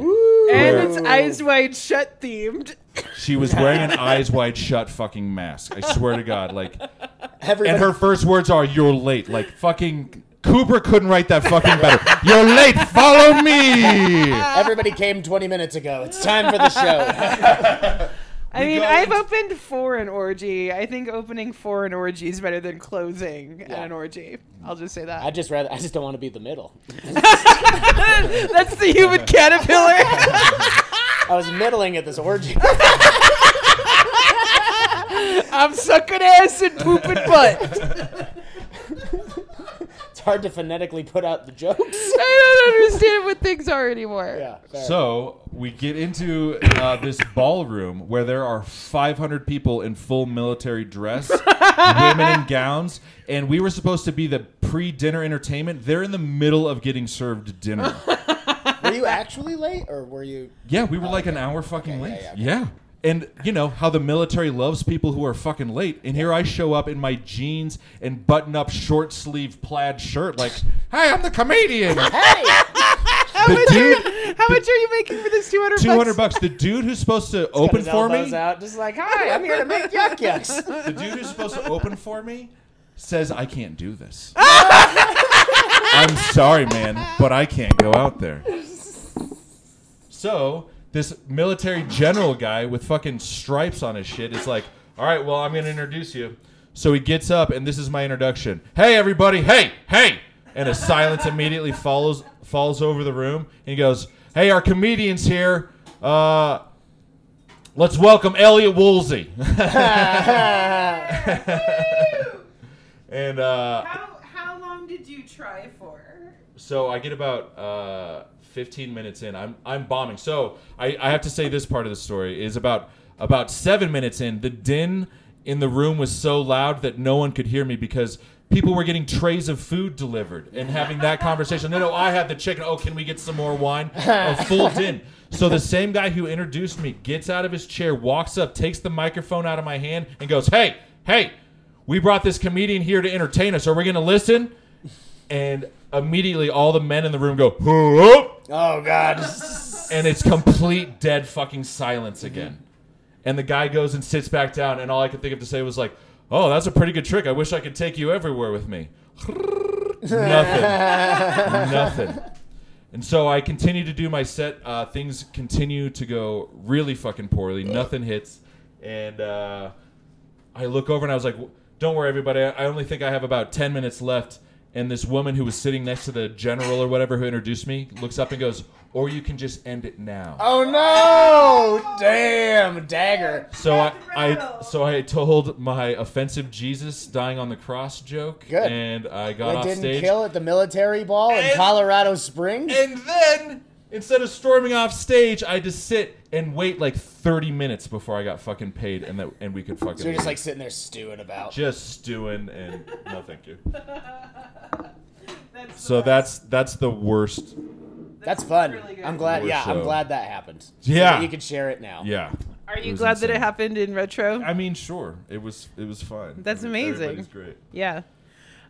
S3: And it's Eyes Wide Shut themed.
S5: She was wearing an eyes wide shut fucking mask. I swear to God. Like,
S4: Everybody,
S5: and her first words are, "You're late." Like, fucking Cooper couldn't write that fucking better. You're late. Follow me.
S4: everybody came 20 minutes ago. It's time for the show.
S3: I mean,
S5: go
S3: I've
S5: into-
S3: opened for an orgy. I think opening for an orgy is better than closing at
S4: Yeah.
S3: an orgy. I'll just say
S4: I
S3: that.
S4: just rather I just don't want to be the middle.
S3: That's the human caterpillar.
S4: I was middling at this orgy.
S3: I'm sucking ass and pooping butt.
S4: It's hard to phonetically put out the jokes.
S3: I don't understand what things are anymore.
S4: Yeah. fair.
S5: So we get into uh, this ballroom where there are 500 people in full military dress, women in gowns, and we were supposed to be the pre-dinner entertainment. They're in the middle of getting served dinner.
S4: were you actually late, or were you?
S5: Yeah, we were like an hour fucking late.
S4: yeah,
S5: Yeah, And you know how the military loves people who are fucking late. And here I show up in my jeans and button up short sleeve plaid shirt, like, hey, I'm the comedian.
S4: Hey,
S3: How, much are
S5: dude-
S3: you, how much are you making for this 200 bucks?
S5: 200 bucks. The dude who's supposed to open
S4: his
S5: for
S4: elbows
S5: me,
S4: out, just like, hi, I'm here to make yuck yucks.
S5: the dude who's supposed to open for me says, I can't do this. I'm sorry, man, but I can't go out there. So, this military general guy with fucking stripes on his shit is like, all right, well, I'm going to introduce you. So he gets up, and this is my introduction. Hey, everybody. Hey, hey. And a silence immediately follows, falls over the room. And he goes, hey, our comedian's here. Uh, let's welcome Elliot Woolsey. and uh,
S3: How, how long did you try for?
S5: so I get about uh, 15 minutes in. I'm I'm bombing. So I, I have to say this part of the story is about about seven minutes in. The din in the room was so loud that no one could hear me because people were getting trays of food delivered and having that conversation. No, no, I had the chicken. Oh, can we get some more wine? A full din. So the same guy who introduced me gets out of his chair, walks up, takes the microphone out of my hand, and goes, "Hey, hey." We brought this comedian here to entertain us. Are we going to listen? and immediately all the men in the room go "Whoop,"
S4: Oh God.
S5: and it's complete dead fucking
S4: Mm-hmm.
S5: silence again and the guy goes and sits back down and all i could think of to say was like oh that's a pretty good trick i wish i could take you everywhere with me nothing nothing and so i continue to do my set uh, things continue to go really fucking poorly nothing hits and uh, I look over and I was like, "Don't worry, everybody. I only think I have about ten minutes left." And this woman who was sitting next to the general or whatever who introduced me looks up and goes, "Or you can just end it now."
S4: Oh no! Damn, dagger.
S5: so I, I, so I told my offensive Jesus dying on the cross joke,
S4: Good.
S5: and I got
S4: That
S5: off
S4: didn't
S5: stage.
S4: kill at the military ball in Colorado Springs.
S5: And then Instead of storming off stage, I just sit and wait like 30 minutes before I got fucking paid and that and we could fucking
S4: So you're just
S5: leave.
S4: like sitting there stewing about.
S5: just stewing and no thank you.
S3: That's the
S5: So
S3: best.
S5: that's that's the worst.
S4: That's fun.
S3: really good.
S4: I'm glad.
S5: Or
S4: Yeah, I'm
S5: so.
S4: glad that happened. So
S5: Yeah.
S4: you could share it now.
S5: Yeah.
S3: Are
S5: It
S3: you
S5: was
S3: glad that it
S5: insane.
S3: happened in retro?
S5: I mean, sure. It was it was fine.
S3: That's
S5: I mean,
S3: amazing.
S5: Everybody's great.
S3: Yeah.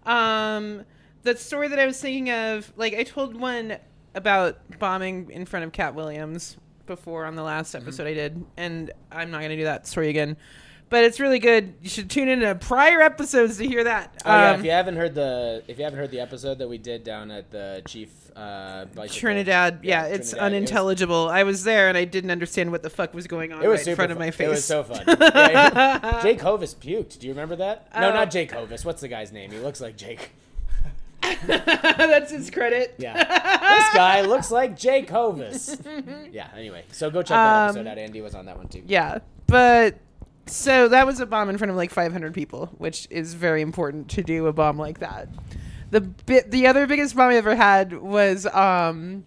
S3: Um, the story that I was thinking of, like I told one about bombing in front of Cat Williams before on the last
S4: Mm-hmm.
S3: episode I did, and I'm not gonna do that story again. But it's really good. You should tune into prior episodes to hear that.
S4: Oh yeah,
S3: Um,
S4: if you haven't heard the if you haven't heard the episode that we did down at the Chief uh, bicycle-
S3: Trinidad, yeah, it's
S4: Trinidad, it was-
S3: unintelligible. I was there and I didn't understand what the fuck was going on
S4: It was
S3: right
S4: super
S3: in front of
S4: fun.
S3: my face.
S4: It was so fun. Yeah. Jake Hovis puked. Do you remember that? No,
S3: Oh.
S4: not Jake Hovis. What's the guy's name? He looks like Jake.
S3: That's his credit.
S4: Yeah. this guy looks like Jake Hovis. Yeah, anyway. So go check that episode out. Andy was on that one too.
S3: Um, Yeah, but so that was a bomb in front of like 500 people, which is very important to do a bomb like that. The bit, the other biggest bomb I ever had was um,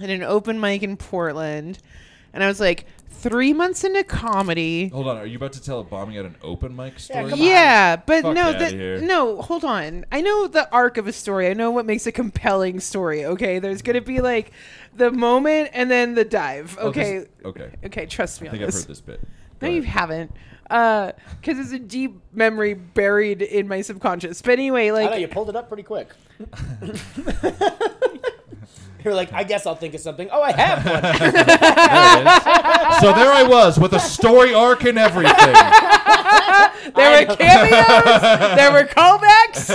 S3: at an open mic in Portland, and I was like three months into comedy.
S5: Hold on, are you about to tell a bombing at an open mic story?
S4: come on.
S3: Yeah, but
S5: Fuck
S3: no,
S5: outta
S3: that
S5: here.
S3: no. Hold on. I know the arc of a story. I know what makes a compelling story. Okay, there's gonna be like the moment and then the dive.
S5: Oh, this-
S3: Okay,
S5: okay.
S3: okay. Trust me
S5: I
S3: on
S5: think I've
S3: this.
S5: heard this bit.
S3: No,
S5: Go
S3: you
S5: ahead.
S3: haven't. Because it's a deep memory buried in my subconscious. But anyway,
S4: I know
S3: like,
S4: you pulled it up pretty quick. You're like, I guess I'll think of something. Oh, I have one.
S5: so there I was with a story arc and everything.
S3: there were cameos, there were callbacks.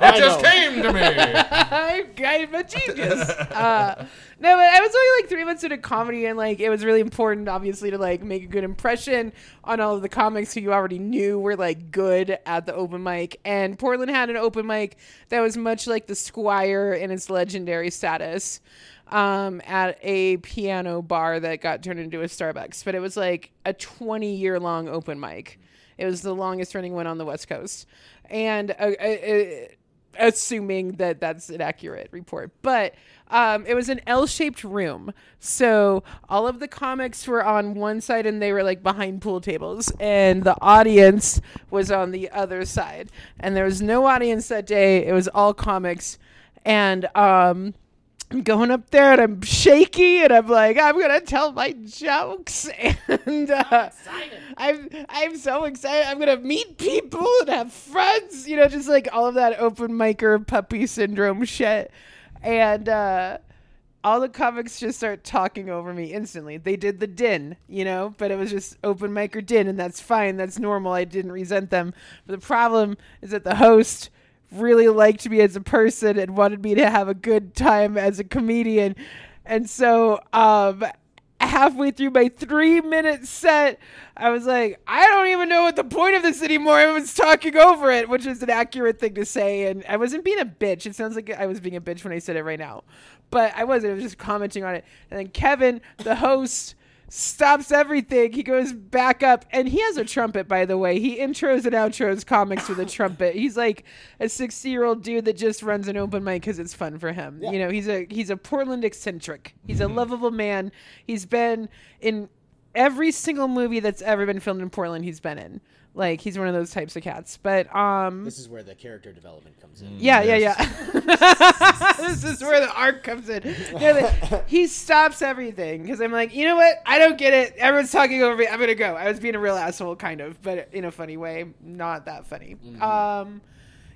S4: I
S5: just
S4: know.
S5: came to me.
S3: I, I'm a genius. Uh, no, but I was only like three months into comedy, and like, it was really important, obviously, to like make a good impression on all of the comics who you already knew were like good at the open mic. And Portland had an open mic that was much like the Squire in its legendary status. um, at a piano bar that got turned into a Starbucks, but it was like a 20 year long open mic. It was the longest running one on the West Coast. And uh, uh, uh, assuming that that's an accurate report, but um, it was an L shaped room. So all of the comics were on one side and they were like behind pool tables, and the audience was on the other side. And there was no audience that day, it was all comics. And, um, I'm going up there and I'm shaky and I'm like, I'm gonna tell my jokes and uh, I'm I'm so excited. I'm gonna meet people and have friends, you know, just like all of that open micer puppy syndrome shit. And uh, all the comics just start talking over me instantly. They did the din, you know, but it was just open micer din, and that's fine. That's normal. I didn't resent them. But the problem is that the host really liked me as a person and wanted me to have a good time as a comedian. And so, um, halfway through my three minute set, I was like, I don't even know what the point of this anymore. Everyone's talking over it, which is an accurate thing to say. And I wasn't being a bitch. It sounds like I was being a bitch when I said it right now, but I wasn't. I was just commenting on it. And then Kevin, the host, stops everything. He goes back up, and he has a trumpet, by the way. He intros and outros comics with a trumpet. He's like a sixty-year-old dude that just runs an open mic because it's fun for him. You know, he's a he's a Portland eccentric. He's a lovable man. He's been in every single movie that's ever been filmed in Portland. He's been in. Like he's one of those types of cats. But um,
S4: This is where the character development comes in.
S3: yeah, yeah, yeah. this is where the arc comes in. No, but he stops everything because I'm like, you know what? I don't get it. Everyone's talking over me. I'm gonna go. I was being a real asshole, kind of, but in a funny way, not that funny. Um,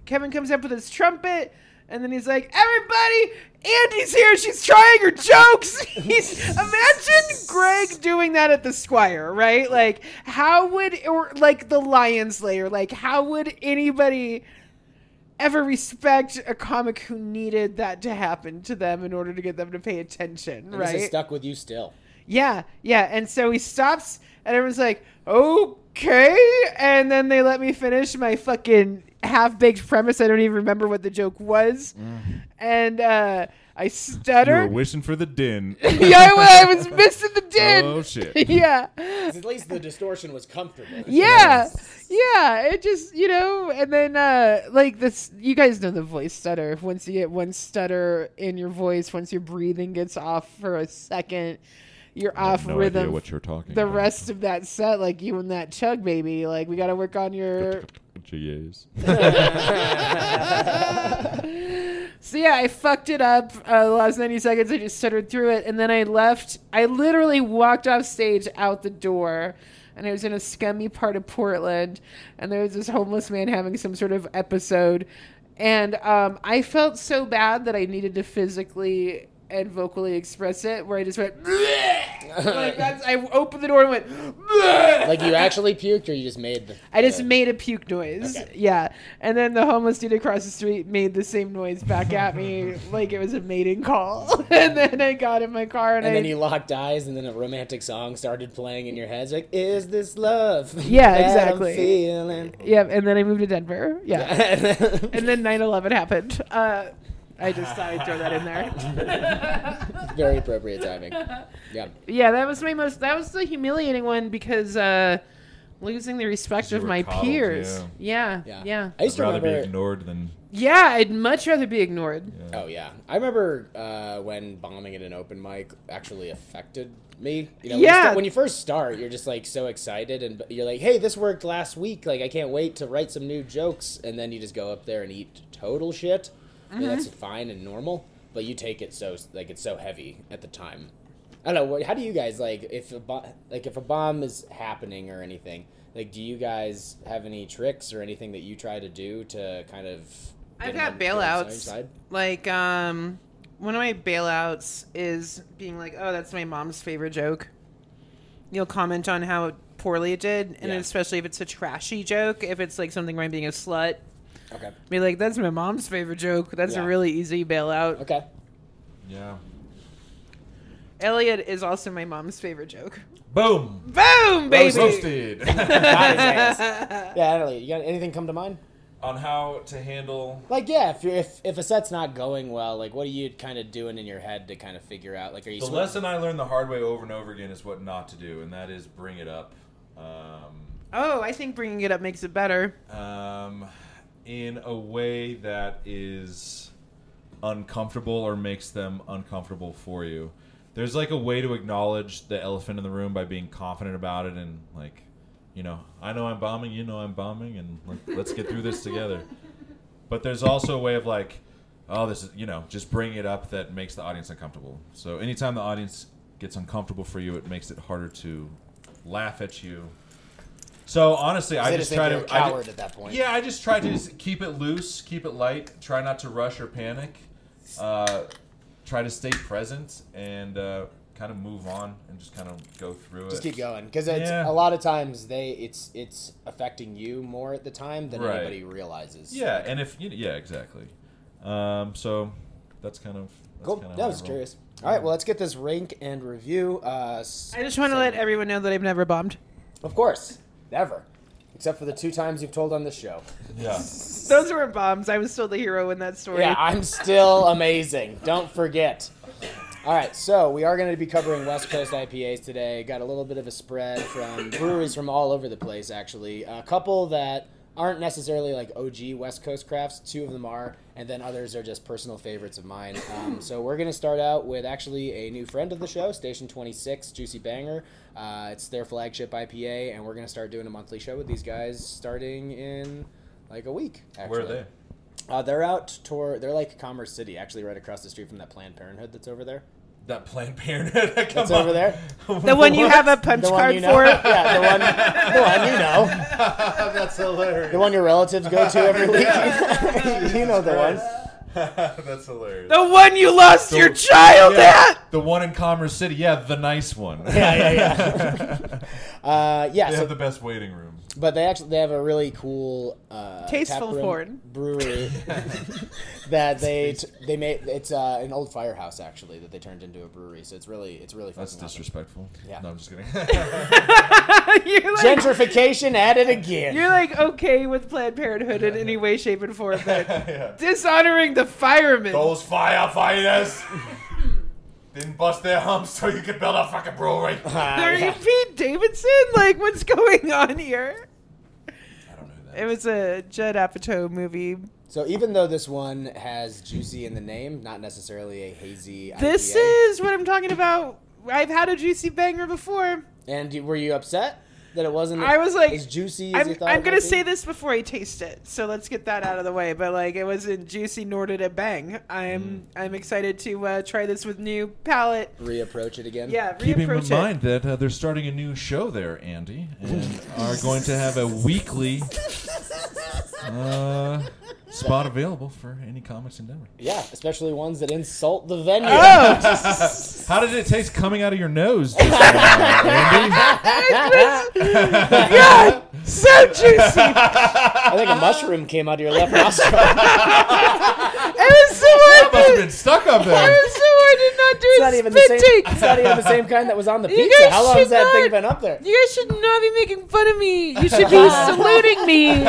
S3: Kevin comes up with his trumpet. And then he's like, "Everybody, Andy's here. She's trying her jokes." he's imagine Greg doing that at the Squire, right? Like, how would or like the Lion Slayer? Like, how would anybody? ever respect a comic who needed that to happen to them in order to get them to pay attention,
S4: And This is
S3: right?
S4: stuck with you still.
S3: Yeah, yeah. And so he stops, and everyone's like, okay. And then they let me finish my fucking half baked premise. I don't even remember what the joke was. And uh, I
S5: Mm. You were
S3: stutter.
S5: wishing for the din.
S3: yeah, well, I was missing the din.
S5: oh shit.
S3: yeah.
S4: 'Cause At least the distortion was comfortable.
S3: Yeah. Yeah. It just, you know, and then, uh, like this, you guys know the voice stutter. Once you get one stutter in your voice, once your breathing gets off for a second, you're off
S5: no
S3: rhythm.
S5: idea what you're talking.
S3: the
S5: about.
S3: rest of that set, like you and that chug baby, like we got to work on your.
S5: Jeez.
S3: So yeah, I fucked it up. Uh, the last ninety seconds, I just stuttered through it, and then I left. I literally walked off stage out the door, and I was in a scummy part of Portland, and there was this homeless man having some sort of episode, and um, I felt so bad that I needed to physically and vocally express it, where I just went. "Bleh!" like that's, I opened the door and went. "Bleh!"
S4: Like you actually puked, or you just made the.
S3: I just
S4: the-
S3: made a puke noise. Yeah. And then the homeless dude across the street made the same noise back at me like it was a mating call. and then I got in my car and,
S4: And
S3: I
S4: then you locked eyes, and then a romantic song started playing in your head. It's like, is this love?
S3: Yeah,
S4: that
S3: exactly.
S4: I'm feeling.
S3: Yeah, and then I moved to Denver. Yeah.
S4: Very
S3: and then 9/11 happened. Uh I just thought I'd throw that in there.
S4: appropriate timing. Yeah.
S3: yeah, that was my most that was the humiliating one because uh losing the respect
S5: you
S3: of
S5: were
S3: my
S5: coddled,
S3: peers.
S4: Yeah.
S3: yeah. Yeah.
S4: I used to
S5: rather be
S4: remember.
S5: ignored than
S3: Yeah, I'd much rather be ignored.
S4: Oh yeah, I remember uh, when bombing at an open mic actually affected me. You know, when you
S3: Yeah.
S4: sta- when you first start, you're just like so excited, and b- you're like, "Hey, this worked last week. Like, I can't wait to write some new jokes." And then you just go up there and eat total shit. And that's fine and normal, but you take it so like it's so heavy at the time. I don't know. what- How do you guys like if a bo- like if a bomb is happening or anything? Like, do you guys have any tricks or anything that you try to do to kind of?
S3: I've
S4: get
S3: got
S4: on- get on the side-
S3: bailouts.
S4: side?
S3: Like, um, one of my bailouts is being like, "Oh, that's my mom's favorite joke." You'll comment on how poorly it did, and
S4: Yeah.
S3: especially if it's a trashy joke, if it's like something where I'm being a slut,
S4: Okay.
S3: be like, "That's my mom's favorite joke." That's
S4: Yeah.
S3: a really easy bailout.
S4: Okay.
S5: yeah.
S3: Elliot is also my mom's favorite joke.
S5: Boom.
S3: Boom, baby.
S5: Roasted.
S4: Got his ass. yeah, I don't know. You got anything come to mind?
S5: On how to handle
S4: Like, yeah, if you're, if if a set's not going well, like, what are you kind of doing in your head to kind of figure out? Like, are you
S5: The
S4: swi-
S5: lesson I learned the hard way over and over again is what not to do, and that is bring it up. Um,
S3: Oh, I think bringing it up makes it better.
S5: um, in a way that is uncomfortable or makes them uncomfortable for you. There's like a way to acknowledge the elephant in the room by being confident about it and like, you know, I know I'm bombing, you know I'm bombing, and like, let's get through this together. But there's also a way of like, oh, this is, you know, just bringing it up that makes the audience uncomfortable. So anytime the audience gets uncomfortable for you, it makes it harder to laugh at you. So honestly, I
S4: They
S5: just
S4: think
S5: try
S4: you're
S5: to
S4: a
S5: I ju-
S4: coward at that point.
S5: yeah, I just try to s- keep it loose, keep it light. Try not to rush or panic. Uh, try to stay present and uh, kind of move on and just kind of go through it.
S4: Just keep going because it's
S5: Yeah.
S4: a lot of times they it's it's affecting you more at the time than
S5: Right.
S4: anybody realizes.
S5: Yeah, and if you yeah, exactly. Um, so that's kind of that's
S4: cool.
S5: Kind of
S4: That
S5: how I
S4: was
S5: roll.
S4: curious. All right, well, let's get this rank and review. Uh, s-
S3: I just want to let everyone know that I've never bombed.
S4: of course, never, except for the two times you've told on this show.
S5: Yeah.
S3: Those weren't bombs. I was still the hero in that story.
S4: Yeah, I'm still amazing. Don't forget. All right, so we are going to be covering West Coast IPAs today. Got a little bit of a spread from breweries from all over the place, actually. A couple that aren't necessarily like OG West Coast crafts, two of them are, and then others are just personal favorites of mine. Um, so we're going to start out with actually a new friend of the show, Station 26, Juicy Banger. Uh, it's their flagship IPA, and we're going to start doing a monthly show with these guys starting in like a week. Actually.
S5: Where are they?
S4: Uh, they're out toward. They're like Commerce City, actually, right across the street from that Planned Parenthood that's over there.
S5: That Planned Parenthood. Come
S4: That's
S5: on.
S4: over there.
S3: The one you have a punch
S4: the one
S3: card
S4: you know.
S3: for.
S4: yeah, the one, the one you know,
S5: that's hilarious.
S4: the one your relatives go to every week. you know the one.
S5: that's hilarious.
S3: The one you lost your child
S5: Yeah,
S3: at.
S5: the one in Commerce City. Yeah, the nice one.
S4: Yeah, yeah, yeah. Uh, yeah,
S5: they
S4: so
S5: have the best waiting room.
S4: but they actually they have a really cool uh,
S3: Tasteful
S4: taproom
S3: porn.
S4: brewery that they t- they made. It's uh, an old firehouse actually that they turned into a brewery. So it's really it's really
S5: That's
S4: fucking awesome.
S5: disrespectful.
S4: Yeah.
S5: No, I'm just kidding.
S3: you're like,
S4: Gentrification at it again.
S3: you're like okay with Planned Parenthood in any way, shape, and form, but dishonoring the firemen.
S5: Those firefighters didn't bust their humps so you could build a fucking brewery. I
S3: Are you Pete Davidson? Like, what's going on here?
S5: don't know who that
S3: It
S5: is.
S3: was a Judd Apatow movie.
S4: So even though this one has juicy in the name, not necessarily a hazy.
S3: This
S4: IPA.
S3: is what I'm talking about. I've had a juicy banger before.
S4: And you- were you upset that it wasn't?
S3: I was like,
S4: as juicy as
S3: I'm,
S4: you thought.
S3: I'm
S4: it
S3: gonna
S4: might be?
S3: say this before I taste it, so let's get that out of the way. But like, it wasn't juicy, nor did it bang.
S5: Mm.
S3: I'm I'm excited to uh, try this with new palate.
S4: Reapproach it again.
S3: Yeah,
S5: Keeping in
S3: reapproach it.
S5: mind that uh, they're starting a new show there, Andy, and are going to have a weekly uh, spot available for any comics endeavor.
S4: Yeah, especially ones that insult the venue.
S3: Oh.
S5: How did it taste coming out of your nose, just now, Andy?
S3: So juicy.
S4: I think a mushroom came out of your left nostril.
S3: It was so hard.
S5: Must have
S3: To,
S5: been stuck up
S3: it
S5: there.
S3: was so hard to not do
S4: It's
S3: a
S4: not even the
S3: spit
S4: same.
S3: take.
S4: It's not even the same kind that was on the
S3: You
S4: pizza.
S3: guys
S4: How long has
S3: should
S4: that thing
S3: not-
S4: been up there?
S3: You guys should not be making fun of me. You should be saluting me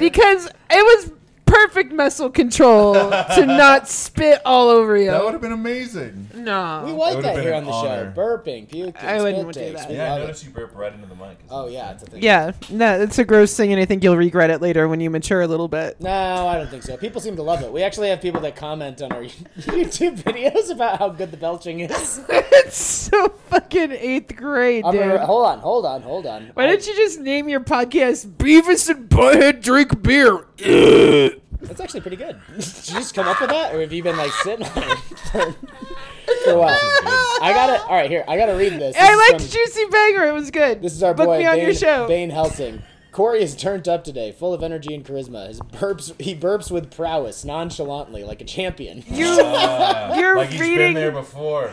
S3: because it was perfect muscle control to not spit all over you.
S5: That would have been amazing.
S3: no.
S4: We like
S5: would've
S4: that
S5: been
S4: here
S5: an
S4: on the
S5: honor.
S4: show. Burping, puking,
S3: I wouldn't
S4: spit
S3: do
S4: takes.
S3: that.
S4: We
S5: Yeah, I
S4: love it.
S5: noticed you burp right into the mic.
S4: Oh yeah, it's a thing.
S3: yeah, no, it's a gross thing, and I think you'll regret it later when you mature a little bit.
S4: No, I don't think so. People seem to love it. We actually have people that comment on our YouTube videos about how good the belching is.
S3: it's so fucking eighth grade,
S4: I'm
S3: dude.
S4: gonna- hold on, hold on, hold on.
S3: Why don't you just name your podcast Beavis and Butthead Drink Beer?
S4: That's actually pretty good. Did you just come up with that, or have you been like sitting on it for, for a while? I gotta. All right, here. I gotta read this. this
S3: I
S4: is
S3: liked
S4: from-
S3: Juicy Banger. It was good.
S4: This is our
S3: Book
S4: boy
S3: me on
S4: Bane,
S3: your show.
S4: Bane Helsing. Corey is turned up today, full of energy and charisma. His burps, he burps with prowess, nonchalantly, like a champion.
S3: You, you're
S5: Uh, Like he's been there
S3: reading.
S5: before.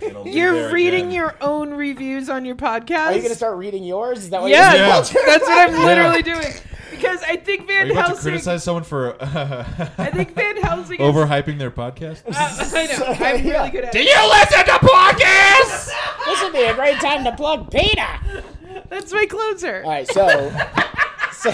S5: It'll be
S3: You're
S5: there
S3: reading
S5: again.
S3: your own reviews on your podcast.
S4: Are you gonna start oh, reading yours? Is that what
S3: Yeah,
S4: you're
S5: Yeah.
S3: that's that's what I'm literally doing. Because I think
S5: Are
S3: Van
S5: you about to
S3: Helsing.
S5: criticize someone for
S3: I think Van Helsing is.
S5: overhyping their podcast?
S3: Uh, I know. I'm
S4: Yeah.
S3: really good at
S5: Did you listen to podcasts?
S4: This would be a great time to plug Peter.
S3: That's my closer.
S4: All right, so, so-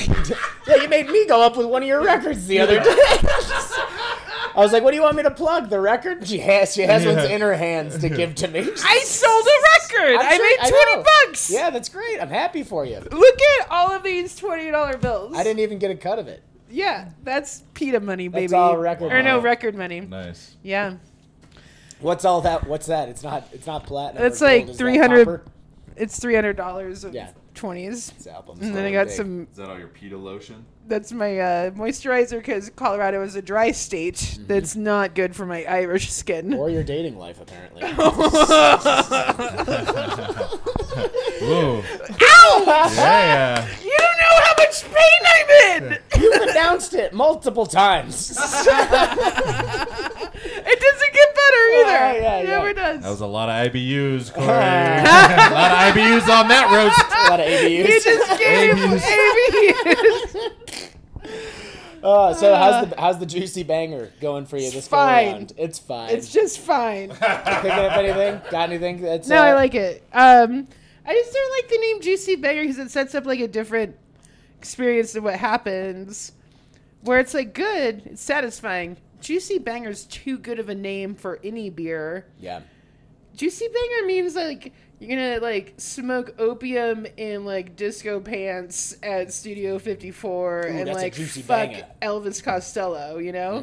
S4: yeah, you made me go up with one of your records the other day. I was like, "What do you want me to plug? The record?" She has, she has one's
S5: Yeah.
S4: in her hands to give to me.
S3: I sold a record.
S4: I'm
S3: I
S4: sure-
S3: made
S4: I
S3: twenty
S4: know.
S3: bucks.
S4: Yeah, that's great. I'm happy for you.
S3: Look at all of these twenty dollar bills.
S4: I didn't even get a cut of it.
S3: Yeah, that's PETA money, baby.
S4: That's all record
S3: or no
S4: money.
S3: record money.
S5: Nice.
S3: Yeah,
S4: What's all that? What's that? It's not. It's not platinum.
S3: That's
S4: or gold,
S3: like
S4: it's that
S3: 300
S4: copper.
S3: it's three hundred dollars of
S4: Yeah.
S3: twenties.
S4: This album's
S3: And then I
S4: going
S3: got
S4: big.
S3: some.
S5: Is that all your pita lotion?
S3: That's my uh, moisturizer because Colorado is a dry state. That's not good for my Irish skin.
S4: Or your dating life, apparently.
S5: Whoa.
S3: Ah. Oh!
S5: Yeah.
S3: You don't know how much pain I'm in.
S4: you announced it multiple times.
S3: It doesn't get better either.
S4: Yeah, yeah,
S3: it
S4: yeah.
S3: never does.
S5: That was a lot of IBUs, Corey. a
S3: Ah.
S5: lot of IBUs on that roast.
S4: a lot of ABUs.
S3: you just gave ABUs.
S4: Uh, so how's the how's the juicy banger going for you this go
S3: fine.
S4: around? It's fine.
S3: It's just fine.
S4: Picking up anything? Got anything? That's,
S3: No,
S4: uh,
S3: I like it. Um, I just don't like the name Juicy Banger because it sets up like a different experience of what happens. Where it's like good, it's satisfying. Juicy Banger's too good of a name for any beer.
S4: Yeah.
S3: Juicy Banger means like you're gonna like smoke opium in like disco pants at Studio 54 and
S4: that's a
S3: like
S4: juicy
S3: fuck
S4: banger. Mm-hmm.
S3: Elvis Costello, you know?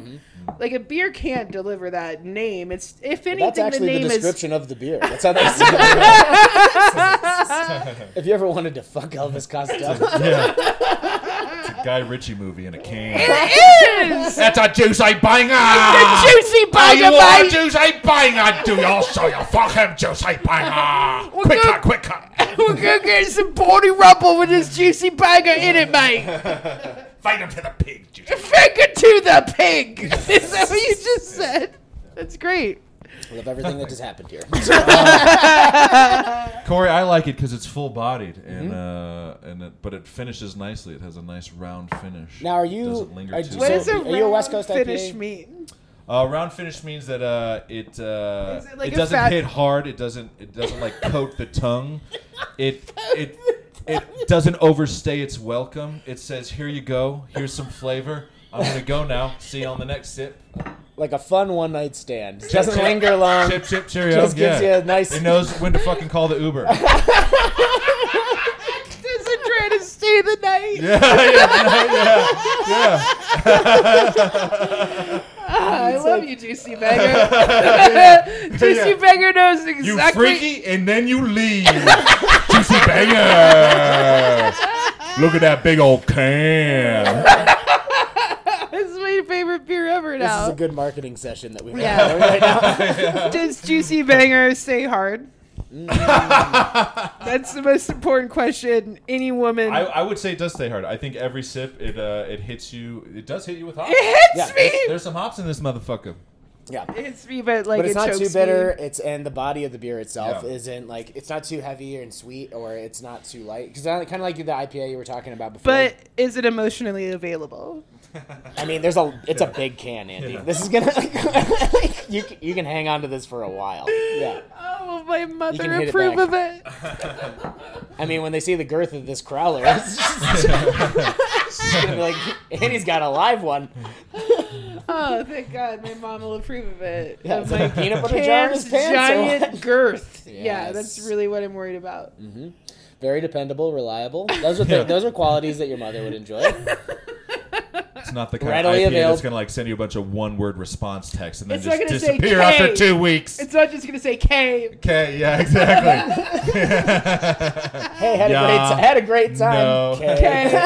S3: Like a beer can't deliver that name. It's if anything,
S4: That's actually
S3: the
S4: the,
S3: name is
S4: description of the beer. That's how they say it. if you ever wanted to fuck Elvis Costello,
S5: Yeah. It's a Guy Ritchie movie in a can.
S3: it is
S5: That's a juicy banger! Ah.
S3: juicy banger,
S5: want
S3: mate.
S5: juicy banger? Do you also you fucking juicy banger?
S3: Well, Quick good. cut,
S5: quick cut.
S3: We're gonna get some body rubble with this juicy banger in it, mate.
S5: Fight him to the pig, juicy
S3: Finger to the pig. Is that what you just said? That's great.
S4: I love everything that just happened here.
S5: Corey, I like it because it's full bodied and
S4: Mm-hmm.
S5: uh, and it, but it finishes nicely. It has a nice round finish.
S4: Now, are you-
S5: Doesn't linger
S4: are-
S5: too
S3: What
S4: So,
S3: is
S5: long.
S3: a
S4: are you a West
S3: round
S4: Coast IPA?
S3: finish mean?
S5: Uh, round finish means that uh, it uh,
S3: Is
S5: it,
S3: it like a
S5: doesn't
S3: fat-
S5: hit hard. It doesn't it doesn't like coat the tongue. It it it doesn't overstay its welcome. It says, "Here you go. Here's some flavor. I'm gonna go now. See you on the next sip."
S4: like a fun one night stand. Doesn't linger long.
S5: Chip chip cheerio.
S4: Um, Just gives
S5: yeah.
S4: you a nice-
S5: It knows when to fucking call the Uber.
S3: Doesn't try to stay the night.
S5: yeah, yeah, yeah, yeah.
S3: Ah, I love you, Juicy Bagger. Juicy
S5: Yeah.
S3: Bagger knows
S5: You
S3: exactly.
S5: freaky, and then you leave. Juicy banger. Look at that big old can.
S3: This is my favorite beer ever
S4: This is a
S3: now.
S4: good marketing session that we've
S3: Yeah.
S4: had right now.
S3: Does Juicy Banger stay hard?
S4: Mm.
S3: That's the most important question any woman.
S5: I, I would say it does stay hard. I think every sip it uh, it hits you. It does hit you with hops.
S3: it
S4: Yeah,
S3: hits me.
S5: There's some hops in this motherfucker.
S4: Yeah.
S3: It hits me, but like
S4: But it's
S3: it
S4: not
S3: chokes
S4: too bitter.
S3: me.
S4: It's and the body of the beer itself
S5: Yeah.
S4: isn't like it's not too heavy and sweet, or it's not too light. Because kind of like the IPA you were talking about before.
S3: But is it emotionally available?
S4: I mean, there's a it's a big can, Andy. This is gonna like, you c- you can hang on to this for a while. Yeah.
S3: Oh, will my
S4: can
S3: mother
S4: hit it
S3: approve
S4: back.
S3: of it.
S4: I mean, when they see the girth of this crowler, it's just, it's gonna be like, Andy's got a live one.
S3: Oh, thank God, my mom will approve of it.
S4: Yeah,
S3: Of
S4: it's
S3: my
S4: like peanut butter jar in his
S3: Cam's
S4: pants or
S3: giant
S4: what?
S3: girth. Yeah,
S4: Yes. Mm.
S3: that's really what I'm worried about.
S4: Very dependable, reliable. Those are th- those are qualities that your mother would enjoy.
S5: It's not the kind
S4: Readily
S5: of IPA that's
S4: available.
S5: gonna like send you a bunch of one word response texts and then
S3: It's not
S5: just
S3: gonna say
S5: disappear
S3: K.
S5: after two weeks.
S3: It's not just gonna say K.
S5: okay, yeah, exactly.
S4: Hey, had a
S5: Yeah.
S4: great t- had a great time.
S5: No.
S4: Okay.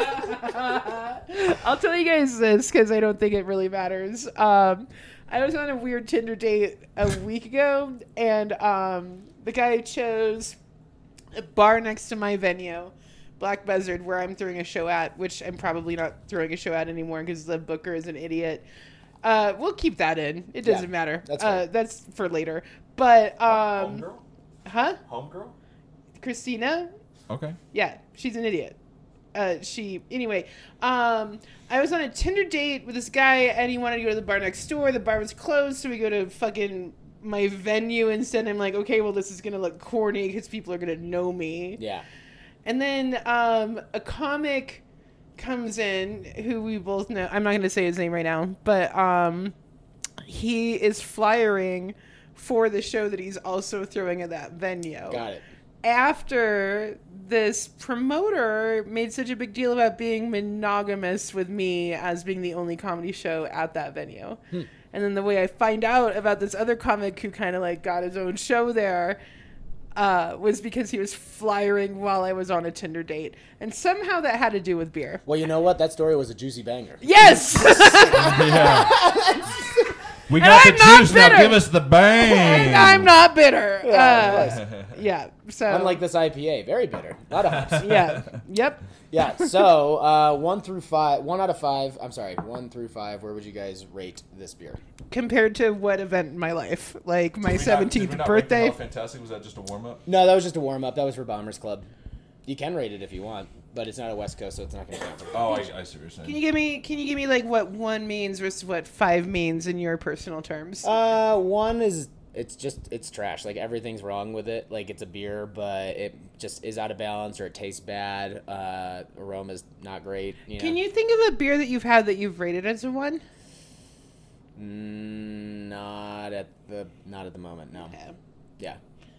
S3: I'll tell you guys this because I don't think it really matters. Um, I was on a weird Tinder date a week ago, and um, the guy chose a bar next to my venue, Black Buzzard, where I'm throwing a show at, which I'm probably not throwing a show at anymore because the booker is an idiot. Uh, we'll keep that in. It doesn't
S4: Yeah,
S3: matter.
S4: that's
S3: uh,
S4: fine.
S3: that's for later. But um,
S5: Homegirl?
S3: huh,
S5: Homegirl?
S3: Christina?
S5: Okay.
S3: Yeah, she's an idiot. Uh, she anyway. Um, I was on a Tinder date with this guy, and he wanted to go to the bar next door. The bar was closed, so we go to fucking my venue instead. I'm like, okay, well, this is gonna look corny because people are gonna know me.
S4: Yeah.
S3: And then um, a comic comes in who we both know. I'm not going to say his name right now, but um, he is flyering for the show that he's also throwing at that venue.
S4: Got it.
S3: After this promoter made such a big deal about being monogamous with me as being the only comedy show at that venue.
S4: Hmm.
S3: And then the way I find out about this other comic who kind of like got his own show there uh, was because he was flyering while I was on a Tinder date, and somehow that had to do with beer.
S4: Well, you know what? That story was a juicy banger.
S3: Yes,
S5: Yeah. we got
S3: I'm
S5: the
S3: not
S5: juice now.
S3: bitter.
S5: Give us the bang.
S3: and I'm not bitter.
S4: Yeah,
S3: Yeah, uh, yeah so
S4: Unlike this IPA, very bitter. A lot of hops.
S3: yeah, yep.
S4: Yeah. So uh, one through five, one out of five. I'm sorry, one through five. Where would you guys rate this beer?
S3: Compared to what event in my life, like my
S5: Did we not- did we
S3: seventeenth
S5: not rate them
S3: birthday.
S5: all Fantastic. Was that just a warm up?
S4: No, that was just a warm up. That was for Bombers Club. You can rate it if you want, but it's not a West Coast, so it's not going to count. For
S5: Oh, I, I see what you're saying.
S3: Can you give me? Can you give me like what one means versus what five means in your personal terms?
S4: uh, one is it's just it's trash. Like everything's wrong with it. Like it's a beer, but it just is out of balance or it tastes bad. Uh, aroma's not great. You know?
S3: Can you think of a beer that you've had that you've rated as a one?
S4: Mm, not at the not at the moment. No.
S3: Yeah.
S4: Yeah.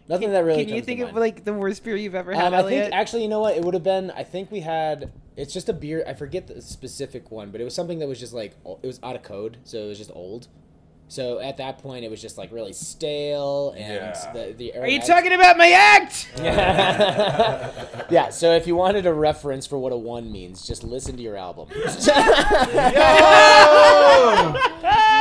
S4: Nothing that really.
S3: Can you
S4: comes to
S3: think of
S4: mind.
S3: like the worst beer you've ever had?
S4: Um, I
S3: Elliot?
S4: think actually, you know what? It would have been. I think we had. It's just a beer. I forget the specific one, but it was something that was just like o- it was out of code, so it was just old. So at that point, it was just like really stale and
S5: Yeah.
S4: the the.
S3: Are you talking about my act?
S4: Yeah. yeah. So if you wanted a reference for what a one means, just listen to your album.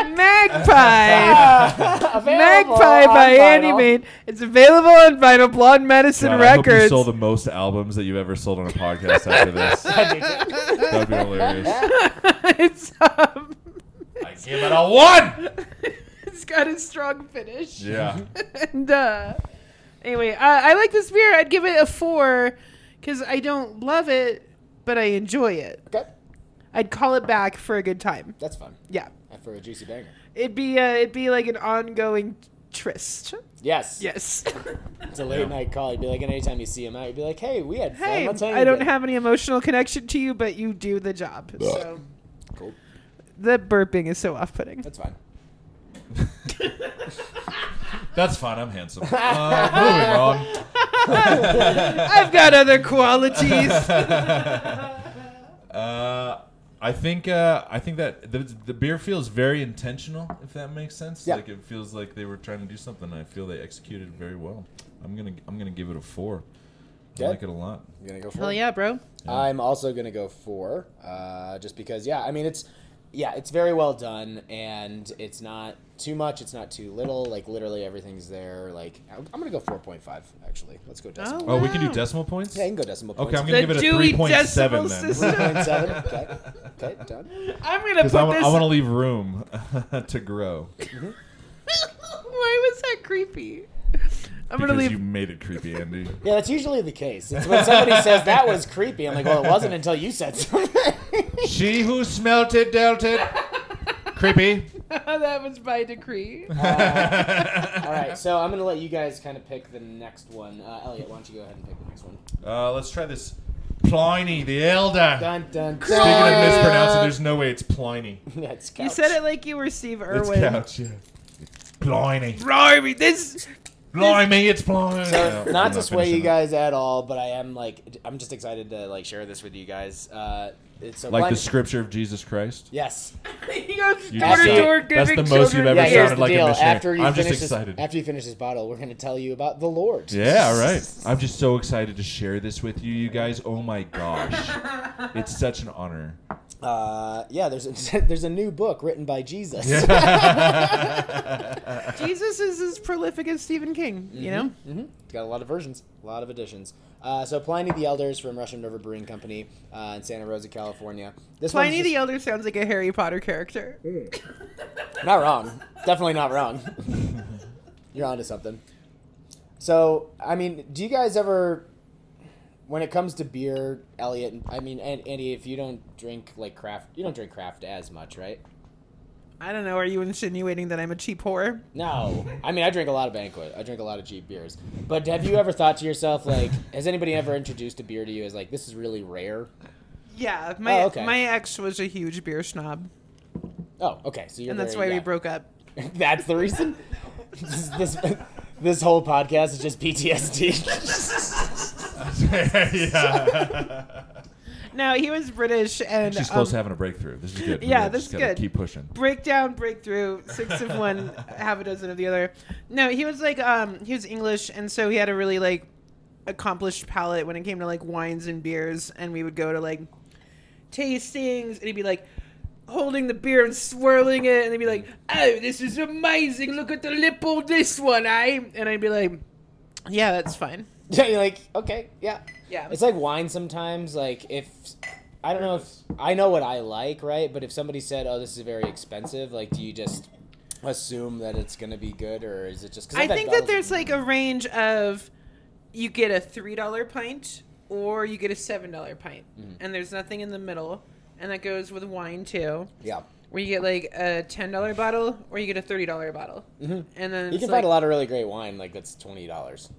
S3: Magpie. Magpie by Andy Main. It's available on Vinyl Blonde Medicine
S5: God, I hope you
S3: Records.
S5: sold the most albums that you've ever sold on a podcast after this. that would be hilarious.
S3: it's, um,
S5: I give it a one.
S3: it's got a strong finish.
S5: Yeah.
S3: and uh, anyway, uh, I like this beer. I'd give it a four because I don't love it, but I enjoy it.
S4: Okay,
S3: I'd call it back for a good time.
S4: that's fun. uh,
S3: Yeah,
S4: For a juicy banger.
S3: it'd be uh, it'd be like an ongoing tryst.
S4: Yes.
S3: Yes.
S4: It's a late night call. You'd be like, and anytime you see him out, you'd be like, hey, we had fun.
S3: hey,
S4: Let's hang
S3: I don't
S4: again.
S3: have any emotional connection to you, but you do the job. So
S4: Cool.
S3: the burping is so off-putting.
S4: That's fine.
S5: That's fine. I'm handsome. Uh, moving on.
S3: I've got other qualities.
S5: Uh, I think uh, I think that the, the beer feels very intentional, if that makes sense.
S4: Yeah.
S5: Like it feels like they were trying to do something. and I feel they executed very well. I'm gonna I'm gonna give it a four.
S4: Okay.
S5: I like it a lot.
S4: I'm going to go for
S3: Hell
S4: it.
S3: yeah, bro.
S4: I'm also gonna go four, uh, just because. Yeah, I mean it's, yeah, it's very well done, and it's not too much, it's not too little. Like literally everything's there. Like I'm I'm gonna go four point five actually. Let's go decimal.
S5: Oh, we can do
S3: Wow.
S5: decimal points.
S4: Yeah, you can go decimal
S5: Okay,
S4: points.
S5: I'm
S3: The
S5: gonna give it a
S3: Dewey
S5: three point seven
S3: Decimal
S5: then.
S3: System.
S4: Point seven. Okay. Okay. Done.
S3: I'm gonna
S5: Because I
S3: put this.
S5: want to leave room to grow.
S3: Why was that creepy? I'm gonna
S5: because
S3: leave.
S5: you made it creepy, Andy.
S4: Yeah, that's usually the case. It's when somebody says that was creepy. I'm like, well, it wasn't until you said something.
S5: she who smelt it dealt it. creepy.
S3: that was by decree.
S4: Uh,
S5: Uh,
S4: All right, so I'm gonna let you guys kind of pick the next one. Uh, Elliot, why don't you go ahead and pick the next one?
S5: Uh, let's try this. Pliny the Elder.
S4: Dun dun.
S5: Speaking
S3: Oh,
S4: dun.
S5: of mispronouncing, there's no way it's Pliny.
S4: Yeah, it's
S3: You
S4: couch.
S3: said it like you were Steve
S5: It's
S3: Irwin.
S5: couch. Yeah. Pliny.
S3: Blimey, this
S5: Blimey, it's Pliny.
S4: So,
S5: Yeah,
S4: not
S5: I'm
S4: to sway you
S5: finishing that.
S4: guys at all, but I am like, I'm just excited to like share this with you guys. Uh, it's so
S5: Like
S4: blind-
S5: the scripture of Jesus Christ.
S4: Yes.
S3: he goes
S5: You
S3: door
S4: just
S3: to
S4: said-
S3: door
S5: that's
S3: giving
S5: the most
S3: children
S5: you've
S4: Yeah,
S5: ever
S4: here's
S5: sounded
S4: the
S5: like a
S4: deal.
S5: missionary.
S4: After you
S5: I'm just
S4: finish this,
S5: excited.
S4: after you finish this bottle, we're gonna tell you about the Lord.
S5: Yeah, all right. I'm just so excited to share this with you, you guys. Oh my gosh. It's such an honor.
S4: Uh, yeah. There's a, there's a new book written by Jesus.
S3: Jesus is as prolific as Stephen King, you
S4: Mm-hmm.
S3: know?
S4: It's got a lot of versions, a lot of editions. Uh, so Pliny the Elder is from Russian River Brewing Company uh, in Santa Rosa, California. This
S3: Pliny
S4: one's
S3: the Elder sounds like a Harry Potter character.
S4: just- not wrong, definitely not wrong. You're onto something. So I mean, do you guys ever, when it comes to beer, Elliot? and- I mean, and Andy, if you don't drink like craft, you don't drink craft as much, right?
S3: I don't know, are you insinuating that I'm a cheap whore?
S4: No, I mean I drink a lot of banquet. I drink a lot of cheap beers. But have you ever thought to yourself like, has anybody ever introduced a beer to you as like this is really rare?
S3: Yeah, my
S4: Oh, okay.
S3: my ex was a huge beer snob,
S4: Oh, okay. So you're
S3: and that's
S4: very-
S3: why we
S4: yeah.
S3: broke up.
S4: That's the reason. this, this this whole podcast is just PTSD.
S5: yeah.
S3: No, he was British and
S5: She's
S3: um,
S5: close to having a breakthrough. This is good.
S3: Yeah,
S5: We
S3: this
S5: just
S3: is
S5: gotta
S3: good.
S5: Keep pushing.
S3: breakdown breakthrough six of one half a dozen of the other no he was like um he was english and so he had a really like accomplished palate when it came to like wines and beers and we would go to like tastings and he'd be like holding the beer and swirling it and they'd be like oh this is amazing look at the lip on this one i and i'd be like yeah that's fine
S4: Yeah, you're like, okay, yeah.
S3: Yeah.
S4: It's like wine sometimes. Like if I don't know if I know what I like, right? But if somebody said, "Oh, this is very expensive," like, do you just assume that it's gonna be good, or is it just? 'cause
S3: I
S4: I've had
S3: think that
S4: bottles-
S3: there's like a range of you get a three dollar pint or you get a seven dollar pint,
S4: Mm-hmm.
S3: and there's nothing in the middle, and that goes with wine too,
S4: yeah.
S3: where you get like a ten dollar bottle or you get a thirty dollar bottle, and then
S4: Mm-hmm. You
S3: it's
S4: can
S3: like,
S4: find a lot of really great wine. Like that's twenty dollars.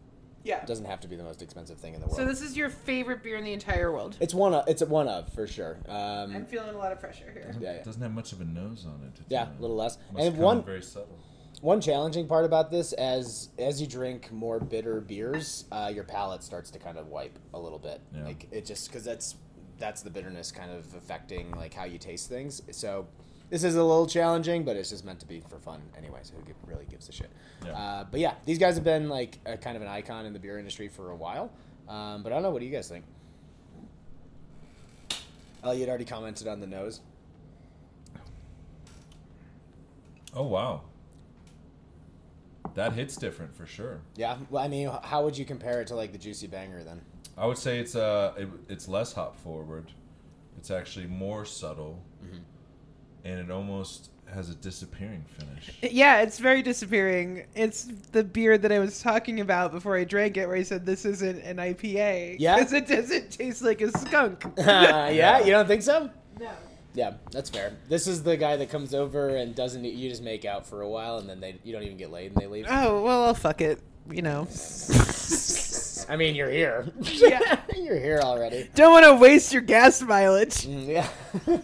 S3: Yeah.
S4: Doesn't have to be the most expensive thing in the world.
S3: So this is your favorite beer in the entire world.
S4: it's one. Of, it's a one of for sure. Um,
S3: I'm feeling a lot of pressure here.
S4: Yeah, yeah.
S5: Doesn't have much of a nose on it.
S4: yeah, a little less.
S5: Must
S4: and
S5: come
S4: one
S5: very subtle.
S4: one challenging part about this as as you drink more bitter beers uh, your palate starts to kind of wipe a little bit
S5: Yeah.
S4: like it just because that's that's the bitterness kind of affecting like how you taste things so this is a little challenging but it's just meant to be for fun anyway so who gi- really gives a shit
S5: Yeah.
S4: uh, but yeah these guys have been like a, kind of an icon in the beer industry for a while um, but i don't know what do you guys think elliot already commented on the nose
S5: Oh wow. That hits different for sure.
S4: yeah well i mean h- how would you compare it to like the juicy banger then
S5: I would say it's
S4: Mm-hmm.
S5: uh it, it's less hop forward. It's actually more subtle. and it almost has a disappearing finish.
S3: Yeah, it's very disappearing. It's the beer that I was talking about before I drank it, where I said this isn't an IPA.
S4: Yeah.
S3: because it doesn't taste like a skunk.
S4: Uh, yeah, you don't think so?
S3: No.
S4: Yeah, that's fair. This is the guy that comes over and doesn't. You just make out for a while, and then they you don't even get laid, and they leave.
S3: Oh well, I'll fuck it. You know,
S4: I mean, you're here.
S3: Yeah.
S4: you're here already.
S3: don't want to waste your gas mileage.
S4: Mm, Yeah.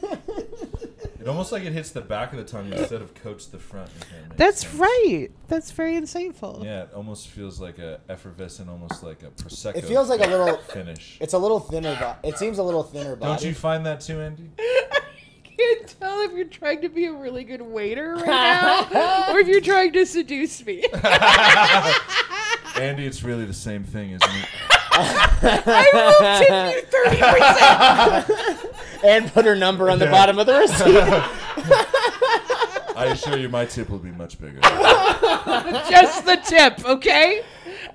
S5: It almost like it hits the back of the tongue instead of coats the front. if that makes
S3: That's
S5: sense.
S3: right. That's very insightful.
S5: Yeah, it almost feels like a effervescent, almost like a prosecco.
S4: it feels like a little.
S5: finish.
S4: It's a little thinner. Bo- it seems a little thinner body.
S5: Don't you find that too, Andy?
S3: can't tell if you're trying to be a really good waiter right now or if you're trying to seduce me.
S5: Andy, it's really the same thing, isn't it?
S3: I will tip you 30%.
S4: and put her number on the
S5: Yeah.
S4: bottom of the receipt.
S5: I assure you, my tip will be much bigger.
S3: Just the tip, okay?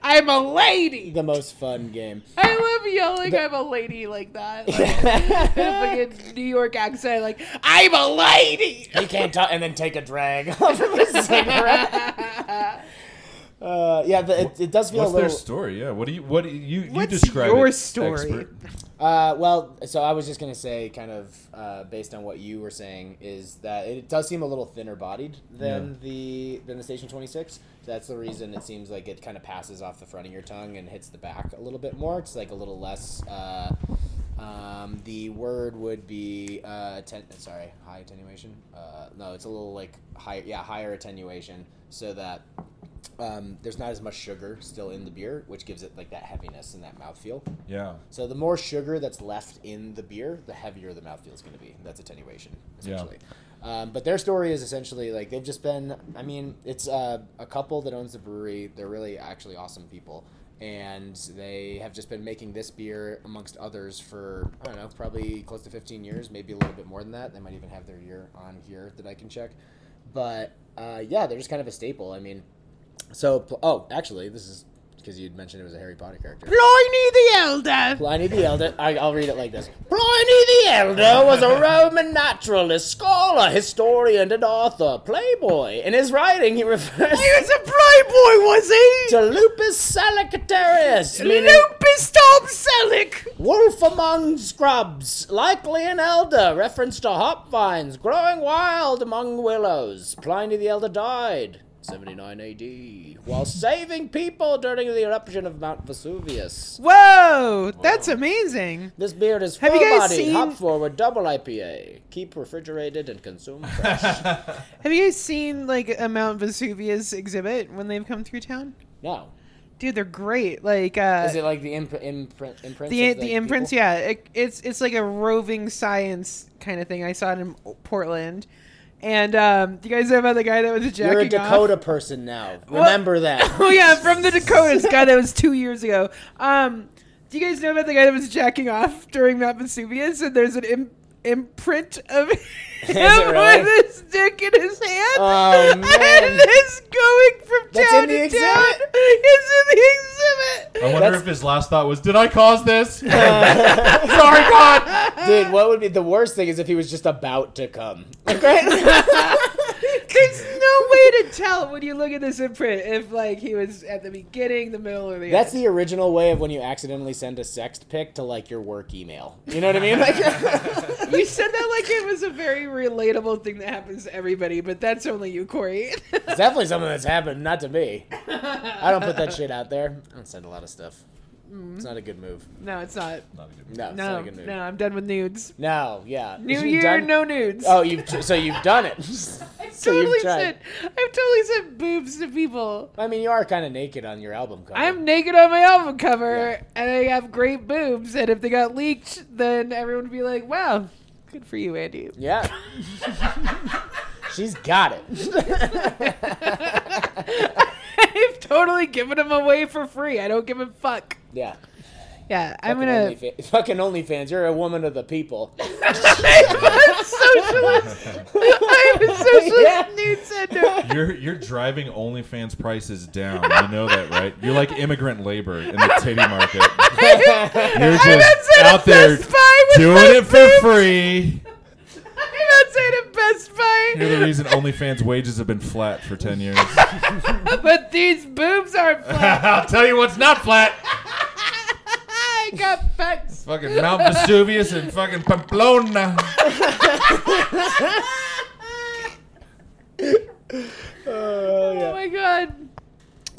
S3: I'm a lady.
S4: the most fun game.
S3: I love yelling I'm a lady like that. Like, in a fucking New York accent, like, I'm a lady.
S4: You can't talk, and then take a drag of a cigarette. Uh, yeah, the, it, it does feel
S5: What's
S4: a little.
S5: their story? Yeah. What do you? What do you? You
S3: What's
S5: describe
S3: your
S5: it,
S3: story?
S5: expert.
S4: Uh, well, so I was just gonna say, kind of uh, based on what you were saying, is that it does seem a little thinner bodied than the than the Station Twenty Six. That's the reason it seems like it kind of passes off the front of your tongue and hits the back a little bit more. It's like a little less. Uh, um, the word would be uh, atten- sorry, high attenuation. Uh, no, it's a little like higher, yeah, higher attenuation, so that um, there's not as much sugar still in the beer, which gives it like that heaviness and that mouthfeel.
S5: Yeah.
S4: So the more sugar that's left in the beer, the heavier the mouthfeel is going to be. That's attenuation,
S5: Yeah.
S4: essentially. Um, but their story is essentially like they've just been. I mean, it's uh, a couple that owns the brewery. They're really actually awesome people, and they have just been making this beer amongst others for I don't know, probably close to fifteen years, maybe a little bit more than that. They might even have their year on here that I can check. But uh, yeah, they're just kind of a staple. I mean, so pl- oh, actually, this is because you'd mentioned it was a Harry Potter character.
S3: Pliny the Elder.
S4: Pliny the Elder. I, I'll read it like this. Pliny the Elder was a Roman naturalist, scholar, historian, and author, playboy. In his writing, he refers
S3: He was a playboy, was he?
S4: to lupus salicatarius, meaning
S3: Lupus Tom Selleck.
S4: wolf among scrubs, likely an elder, reference to hop vines growing wild among willows. Pliny the Elder died. 79 AD, while saving people during the eruption of Mount Vesuvius.
S3: Whoa, that's amazing.
S4: This beer is full
S3: Have you guys
S4: body,
S3: seen-
S4: hop forward, double IPA. Keep refrigerated and consume fresh.
S3: Have you guys seen like a Mount Vesuvius exhibit when they've come through town?
S4: no,
S3: Dude, they're great. Like uh,
S4: is it like the imp- imprint imprints?
S3: the
S4: of, like,
S3: the imprints?
S4: people?
S3: Yeah, it, it's it's like a roving science kind of thing. I saw it in Portland, and um, you guys know about the guy that was jacking
S4: You're a Dakota
S3: off?
S4: person now. Remember that.
S3: Oh yeah, from the Dakotas. God, that was two years ago. Um, do you guys know about the guy that was jacking off during Mount Vesuvius? And there's an Im- imprint of him
S4: really?
S3: with his dick in his hand.
S4: Oh, man.
S3: And it's going from
S4: That's
S3: town
S4: in the
S3: to town.
S4: exhibit?
S3: It's in the
S5: I
S3: exhibit.
S5: wonder
S4: That's-
S5: if his last thought was, "Did I cause this?" Sorry, God.
S4: Dude, what would be the worst thing is if he was just about to come. Okay.
S3: There's no way to tell when you look at this imprint if like he was at the beginning, the middle, or the
S4: That's
S3: end.
S4: the original way of when you accidentally send a sext pic to like your work email. You know what I mean? Like,
S3: you said that like it was a very relatable thing that happens to everybody, but that's only you, Corey.
S4: It's definitely something that's happened, not to me. I don't put that shit out there. I don't send a lot of stuff. It's not a good move.
S3: No, it's not.
S5: Not a good
S4: No, it's not
S3: Mm-hmm. No,
S4: a good move.
S3: no, I'm done with nudes.
S4: No, yeah.
S3: New
S4: You've
S3: year,
S4: done-
S3: no nudes.
S4: Oh, you've so you've done it. so
S3: totally
S4: you've tried.
S3: said. I've totally said boobs to people.
S4: I mean, you are kind of naked on your album cover.
S3: I'm naked on my album cover,
S4: Uh-huh. Yeah.
S3: and I have great boobs. And if they got leaked, then everyone would be like, "Wow, good for you, Andy."
S4: Yeah. She's got it.
S3: I've totally given them away for free. I don't give a fuck.
S4: yeah.
S3: Yeah, I'm
S4: Fucking
S3: gonna
S4: OnlyFans- fucking OnlyFans. You're a woman of the people.
S3: I'm a socialist. I'm a socialist
S4: Yeah.
S3: nude sender.
S5: You're you're driving OnlyFans prices down. You know that, right? You're like immigrant labor in the titty market. You're
S3: I'm
S5: just
S3: outside
S5: out
S3: of
S5: there
S3: Best Buy with
S5: doing
S3: my
S5: it for free.
S3: I'm outside of Best Buy
S5: You're the reason OnlyFans wages have been flat for 10 years.
S3: but these boobs aren't flat.
S5: I'll tell you what's not flat.
S3: I got pecs.
S5: Fucking Mount Vesuvius and fucking Pamplona.
S3: Oh my god.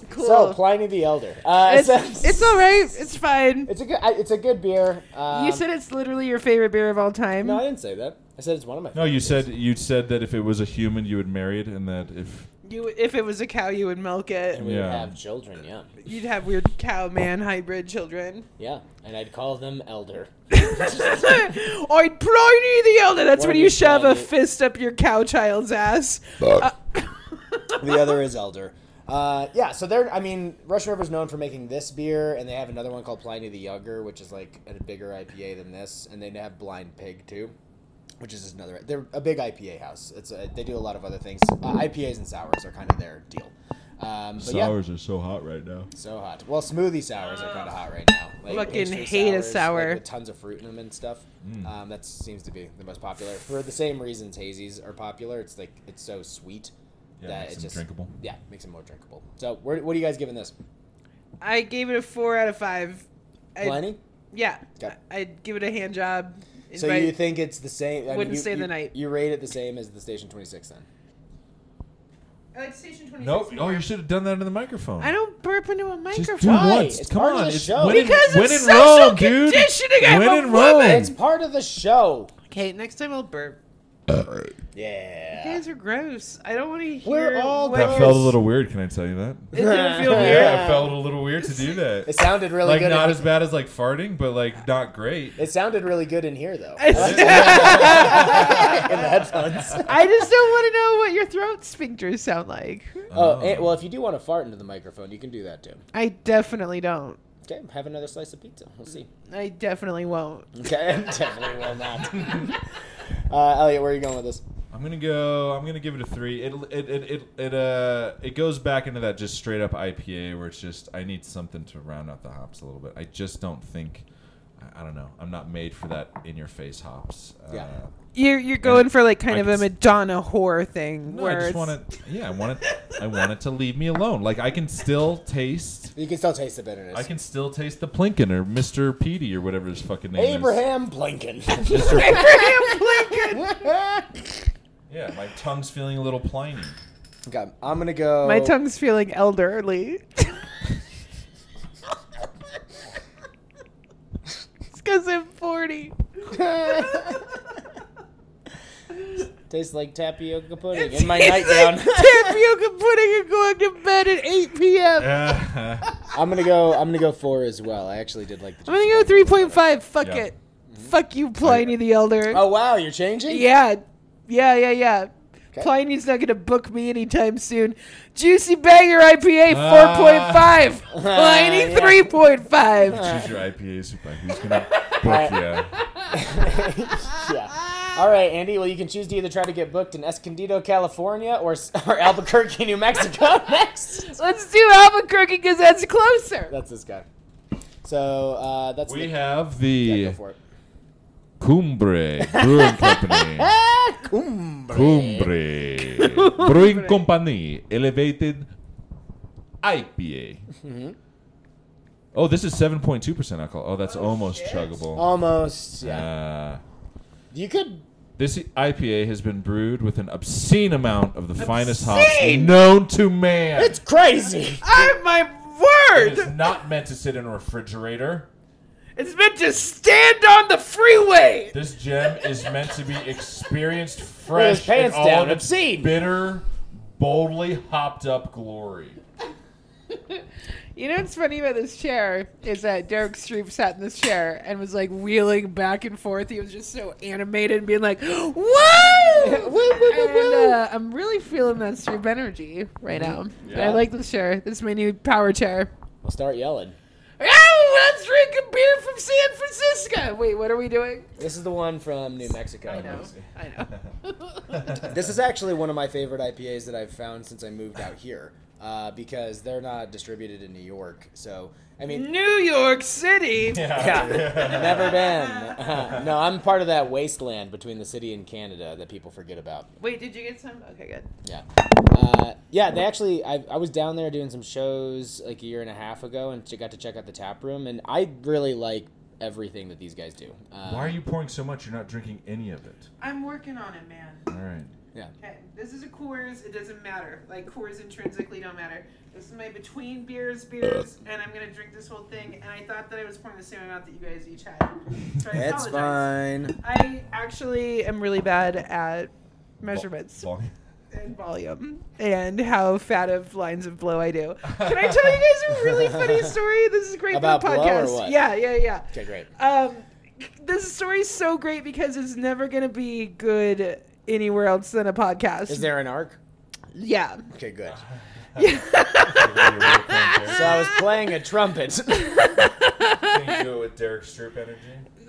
S3: Cool.
S4: So Pliny the Elder. Uh, so-
S3: it's, it's all right. It's fine.
S4: It's a good. I- It's a good beer. Um,
S3: you said it's literally your favorite beer of all time.
S4: No, I didn't say that. I said it's one of my.
S5: No, you
S4: favorites.
S5: said you said that if it was a human, you would marry it, and that if
S3: You, if it was a cow, you would milk it.
S4: We would
S5: Yeah.
S4: have children. Yeah.
S3: You'd have weird cow man hybrid children.
S4: Yeah, and I'd call them Elder.
S3: Or Pliny the Elder. That's when
S4: Pliny,
S3: you shove a
S4: Pliny.
S3: fist up your cow child's ass.
S4: the other is Elder. Uh, yeah, so they're. I mean, Russian River's known for making this beer, and they have another one called Pliny the Younger, which is like a bigger IPA than this, and they have Blind Pig too, which is another. They're a big IPA house. It's a, they do a lot of other things. Uh, IPAs and sours are kind of their deal. Um, but yeah,
S5: are so hot right now.
S4: so hot. Well, smoothie sours are kind of hot right now. Like
S3: Fucking
S4: oyster
S3: hate a
S4: sours,
S3: sour.
S4: like, with tons of fruit in them and stuff. Um, that seems to be the most popular for the same reasons hazies are popular. It's like it's so sweet
S5: Yeah,
S4: that
S5: makes
S4: it's
S5: them
S4: just
S5: drinkable.
S4: Yeah, makes it more drinkable. So, where, what are you guys giving this?
S3: I gave it a four out of five. I-
S4: Pliny.
S3: Yeah.
S4: Okay.
S3: I'd give it a hand job.
S4: So
S3: Invite-
S4: you think it's the same? I
S3: Wouldn't
S4: you-
S3: stay
S4: you-
S3: the night.
S4: You rate it the same as the Station Twenty Six then?
S3: I like Station 26
S5: Nope. Oh,
S3: more.
S5: you should have done that into the microphone.
S3: I don't burp into a microphone.
S5: Just do
S4: Why?
S5: once.
S4: It's
S5: Come
S4: part of
S5: on.
S4: the
S5: It's
S4: show.
S5: when in-
S3: Because
S5: when
S3: it's
S5: in
S3: social
S5: Rome, dude.
S3: conditioning, I'm
S5: When
S3: a
S5: in
S3: woman.
S5: Rome.
S4: It's part of the show.
S3: Okay, next time I'll burp. You
S4: Yeah.
S3: guys are gross. I don't want to hear.
S4: We're all
S3: what-
S5: That felt a little weird. Can I tell you that?
S3: It didn't feel weird.
S4: Yeah.
S5: it felt a little weird to do that.
S4: It sounded really
S5: like
S4: good.
S5: not
S4: in,
S5: as bad as like farting, but like not great.
S4: it sounded really good in here though.
S3: I
S4: in
S3: just-
S4: the headphones.
S3: I just don't want to know what your throat sphincters sound like.
S4: Oh, and, well, if you do want to fart into the microphone, you can do that too.
S3: I definitely don't.
S4: Okay, have another slice of pizza. We'll see.
S3: I definitely won't.
S4: Okay, definitely will not. Uh, Elliot, where are you going with this?
S5: I'm gonna go. I'm gonna give it a three. It it it it, it uh it goes back into that just straight up IPA where it's just I need something to round out the hops a little bit. I just don't think. I, I don't know. I'm not made for that in your face hops. Uh,
S4: Yeah.
S3: You're you're going for like kind
S5: I
S3: of a
S5: can s-
S3: Madonna whore thing.
S5: No,
S3: where
S5: I just
S3: it's-
S5: want it. Yeah, I want it. I want it to leave me alone. Like I can still taste.
S4: You can still taste the bitterness.
S5: I can still taste the Plinkin or Mr. Petey or whatever his fucking name is.
S4: Abraham Blinken.
S3: Abraham Lincoln.
S5: Yeah, my tongue's feeling a little pliny.
S4: okay, I'm gonna go.
S5: Oh.
S3: My tongue's feeling elderly. it's because I'm 40.
S4: tastes like tapioca pudding
S3: It's-
S4: in my
S3: it's
S4: nightgown.
S3: like tapioca pudding and going to bed at 8 p.m.
S4: I'm gonna go. I'm gonna go four as well. I actually did like. The
S3: I'm gonna go 3.5. Fuck
S5: Yeah.
S3: it. Fuck you, Pliny the Elder.
S4: Oh wow, you're changing.
S3: Yeah, yeah, yeah, yeah. Pliny's not gonna book me anytime soon. Juicy Banger IPA 4.5. Pliny
S4: yeah.
S3: 3.5.
S5: Choose your IPA super. Who's gonna book you?
S4: Yeah. All right, Andy. Well, you can choose to either try to get booked in Escondido, California, or or Albuquerque, New Mexico. Next.
S3: Let's do Albuquerque because that's closer.
S4: That's this guy. So uh, that's
S5: We
S4: Nick-
S5: have
S4: Yeah,
S5: the
S4: go for it.
S5: Cumbre Brewing Company. Cumbre. Brewing Company Elevated IPA.
S4: Mm-hmm.
S5: Oh, this is 7.2% alcohol. Oh, that's almost chuggable.
S4: Almost. Oh, Yeah.
S5: Uh,
S4: You could.
S5: This IPA has been brewed with an obscene amount of the finest hops known to man.
S4: It's crazy.
S3: Oh my word!
S5: It is not meant to sit in a refrigerator.
S3: It's meant to stand on the freeway.
S5: This gem is meant to be experienced fresh
S4: his pants
S5: in all
S4: down,
S5: of its
S4: obscene.
S5: bitter, boldly hopped up glory.
S3: You know what's funny about this chair is that Derek Streep sat in this chair and was like wheeling back and forth. He was just so animated and being like, "Whoa!"
S4: Woo, woo, woo,
S3: And
S4: woo.
S3: uh, I'm really feeling that Streep energy right now. I like this chair. This is my new power chair.
S4: We'll start yelling.
S3: Oh, let's drink a beer from San Francisco. Wait, what are we doing?
S4: This is the one from New Mexico.
S3: I know. I know.
S4: This is actually one of my favorite IPAs that I've found since I moved out here. uh, because they're not distributed in New York. So I mean,
S3: New York City.
S4: yeah, never been. no, I'm part of that wasteland between the city and Canada that people forget about.
S3: Wait, did you get some? Okay, good.
S4: Yeah. Uh, yeah, they actually, I, I was down there doing some shows like a year and a half ago and ch- got to check out the tap room. And I really like everything that these guys do. Um,
S5: Why are you pouring so much? You're not drinking any of it.
S3: I'm working on it, man.
S5: All right.
S4: Yeah.
S3: Okay, this is a Coors. It doesn't matter. Like Coors intrinsically don't matter. This is my between beers, beers, and I'm gonna drink this whole thing. And I thought that I was pouring the same amount that you guys each had. So I
S4: That's
S3: apologize.
S4: fine.
S3: I actually am really bad at measurements
S5: Long-
S3: and volume and how fat of lines of blow I do. Can I tell you guys a really funny story? This is great
S4: About
S3: for the
S4: blow or
S3: podcast.
S4: what?
S3: Yeah, yeah, yeah.
S4: Okay, great.
S3: Um, this story's so great because it's never gonna be good anywhere else than a podcast.
S4: Is there an arc?
S3: Yeah.
S4: Okay, good.
S5: Can
S4: So I was playing a trumpet.
S5: you do it with Derek Stroop energy?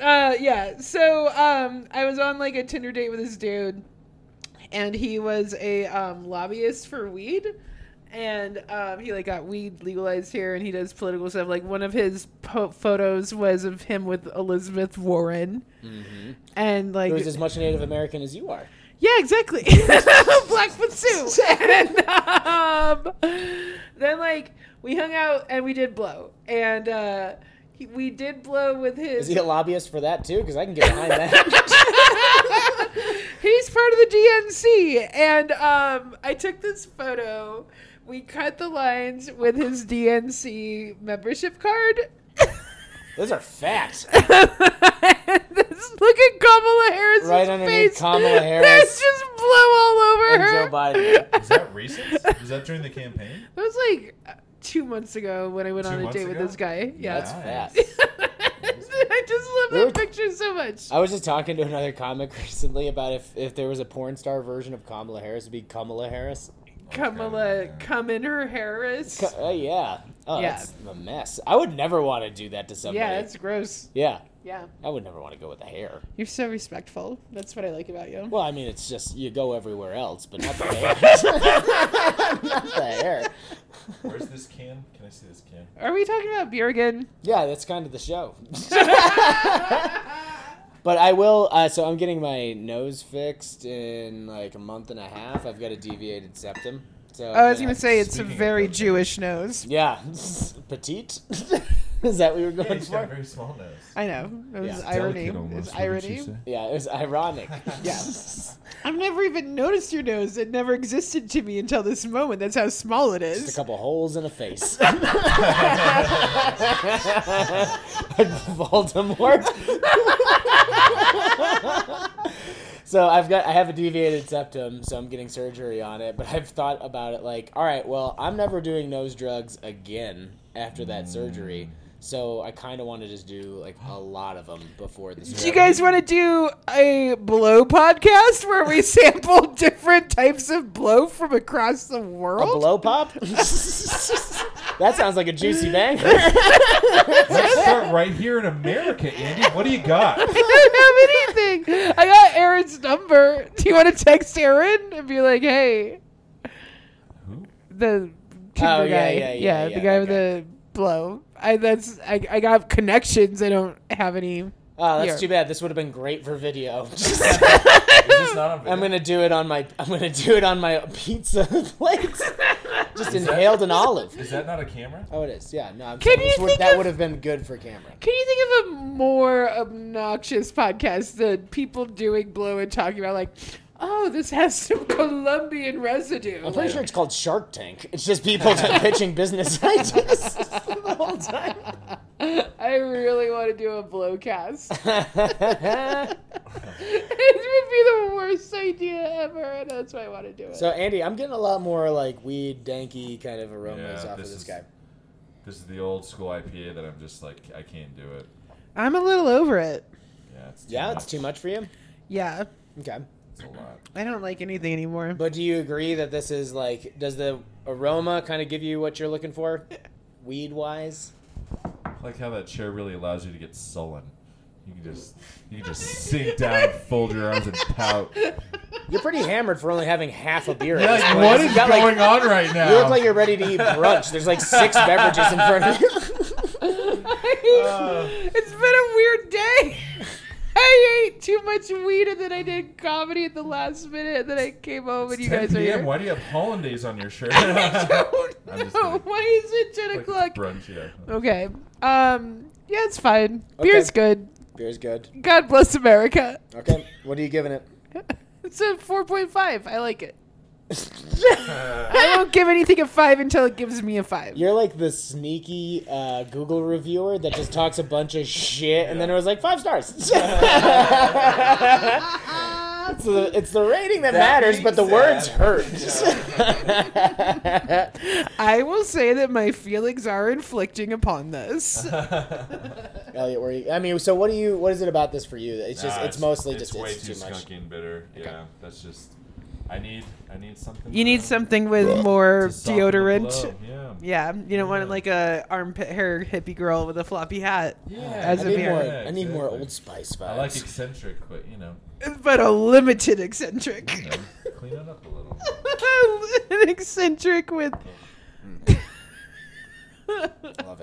S3: Uh, yeah. So um, I was on like a Tinder date with this dude, and he was a um, lobbyist for weed, and um, he like got weed legalized here, and he does political stuff. Like one of his po- photos was of him with Elizabeth Warren,
S4: Mm-hmm.
S3: and like
S4: Who is as much Native American as you are.
S3: yeah, exactly. Blackfoot Sue. and um, then, like, we hung out and we did blow. And uh, he, we did blow with his.
S4: Is he a lobbyist for that too? Because I can get behind that.
S3: He's part of the DNC. And um, I took this photo. We cut the lines with his DNC membership card.
S4: Those are facts.
S3: This- Look at Kamala Harris's
S4: Right underneath
S3: face.
S4: Kamala
S3: There's
S4: Harris
S3: just blow all over
S4: And
S3: her.
S4: Joe Biden.
S5: Is that recent? Is that during the campaign?
S3: It was like uh, two months ago when I went
S5: Two
S3: on a
S5: months
S3: date with
S5: ago?
S3: this guy. Yeah.
S4: That's
S5: Nice.
S4: facts.
S3: I just
S4: We
S3: love
S4: were-
S3: that picture so much.
S4: I was just talking to another comic recently about if, if there was a porn star version of Kamala Harris, it'd be Kamala Harris.
S3: Kamala, come in her Harris.
S4: Ka- Oh yeah. Oh,
S3: Yeah.
S4: that's a mess. I would never want to do that to somebody.
S3: Yeah, that's gross.
S4: Yeah,
S3: Yeah.
S4: I would never want to go with the hair.
S3: You're so respectful. That's what I like about you.
S4: Well, I mean, it's just you go everywhere else, but not the hair. not the hair.
S5: Where's this can? Can I see this can?
S3: Are we talking about Bjergen?
S4: Yeah, that's kind of the show. but I will. Uh, so I'm getting my nose fixed in like a month and a half. I've got a deviated septum. So
S3: Oh, I was going to say
S4: it's
S3: it's a very Jewish nose.
S4: yeah, petite. Is that what we were going
S5: He's
S4: for?
S5: got a very small nose.
S3: I know. It was
S4: Yeah.
S3: irony.
S5: Delicate almost,
S3: It's
S5: wouldn't you
S3: irony.
S5: say?
S4: Yeah, it was ironic.
S3: Yeah. I've never even noticed your nose. It never existed to me until this moment. That's how small it
S4: Just a
S3: is.
S4: couple holes in a face. Voldemort. so I've got I have a deviated septum, so I'm getting surgery on it. But I've thought about it like, all right, well, I'm never doing nose drugs again after that surgery. So I kind of want to just do like a lot of them before the surgery.
S3: Do you guys want to do a blow podcast where we sample different types of blow from across the
S4: a
S3: world?
S4: blow pop? that sounds like a juicy bang. Uh,
S5: Let's start right here in America, Andy. What do you got?
S3: I don't have anything. I got Aaron's number. Do you want to text Aaron and be like, "Hey,
S5: Who?
S3: the Tinder guy,
S4: Oh, yeah, yeah, yeah,
S3: the
S4: yeah,
S3: guy with
S4: okay.
S3: the blow." I that's I, I got connections. I don't have any.
S4: Oh, that's
S3: Here.
S4: too bad. This would have been great for video.
S5: Is this not on video?
S4: I'm gonna do it on my I'm gonna do it on my pizza plate. Just inhaled an olive.
S5: Is that not a camera?
S4: Oh, it is. Yeah, no. I'm
S3: Can
S4: saying this
S3: you
S4: would-
S3: think
S4: that
S3: of-
S4: would have been good for camera.
S3: Can you think of a more obnoxious podcast than people doing blow and talking about like, oh, this has some Colombian residue?
S4: I'm pretty sure it's called Shark Tank. It's just people just pitching business ideas the whole time.
S3: I really want to do a blowcast. it would be the worst idea ever, and that's why I want to do it.
S4: so Andy, I'm getting a lot more like weed, danky kind of aromas
S5: Yeah,
S4: off
S5: this
S4: of this
S5: is-
S4: guy.
S5: This is the old school IPA that I'm just like, I can't do it.
S3: I'm a little over it.
S5: Yeah, it's too
S4: Yeah,
S5: much.
S4: it's too much for you.
S3: Yeah,
S4: Okay,
S5: It's a lot.
S3: I don't like anything anymore.
S4: but do you agree that this is like? Does the aroma kind of give you what you're looking for, weed wise?
S5: I like how that chair really allows you to get sullen. You can just you can just sink down, fold your arms, and pout.
S4: You're pretty hammered for only having half a beer. at
S5: Yeah,
S4: this
S5: like,
S4: point.
S5: what
S4: You
S5: is
S4: got, like-
S5: going on right now?
S4: You look like you're ready to eat brunch. There's like six beverages in front of you.
S5: Uh,
S3: it's been a weird day. I ate too much weed and then I did comedy at the last minute and then I came home and you
S5: 10
S3: guys are
S5: p.m.
S3: here.
S5: Why do you have hollandaise on your shirt? I'm just
S3: No,
S5: kidding.
S3: why is it 10
S5: Like
S3: o'clock?
S5: brunch, yeah.
S3: Okay. Um, yeah, it's fine.
S4: Okay.
S3: Beer's good.
S4: Beer's good.
S3: God bless America.
S4: Okay, what are you giving it?
S3: It's a 4.5. I like it. I won't give anything a 5 until it gives me a 5.
S4: You're like the sneaky uh, Google reviewer that just talks a bunch of shit and then it was like five stars. it's, the, it's the rating that,
S2: That
S4: matters, but the
S2: being
S4: words
S2: said-
S4: hurt.
S3: I will say that my feelings are inflicting upon this.
S4: Elliot, where you? I mean, so what do you? What is it about this for you? It's just.
S5: Nah,
S4: it's, mostly just.
S5: way
S4: it's
S5: too,
S4: too, much.
S5: skunky and bitter. Yeah, that's just. I need I need something.
S3: you need
S5: to-
S3: something with more
S5: to soften the
S3: deodorant.
S5: blow, Yeah.
S3: Yeah, you don't want it like a armpit hair hippie girl with a floppy hat, As
S4: I
S3: a
S4: need
S3: beer.
S4: more.
S5: Yeah,
S4: I need more
S5: exactly.
S4: Old Spice vibes.
S5: I like eccentric, but you know,
S3: but a limited eccentric.
S5: you know, clean it up a little.
S3: An eccentric with
S4: Love it.
S5: Yeah, I really
S4: All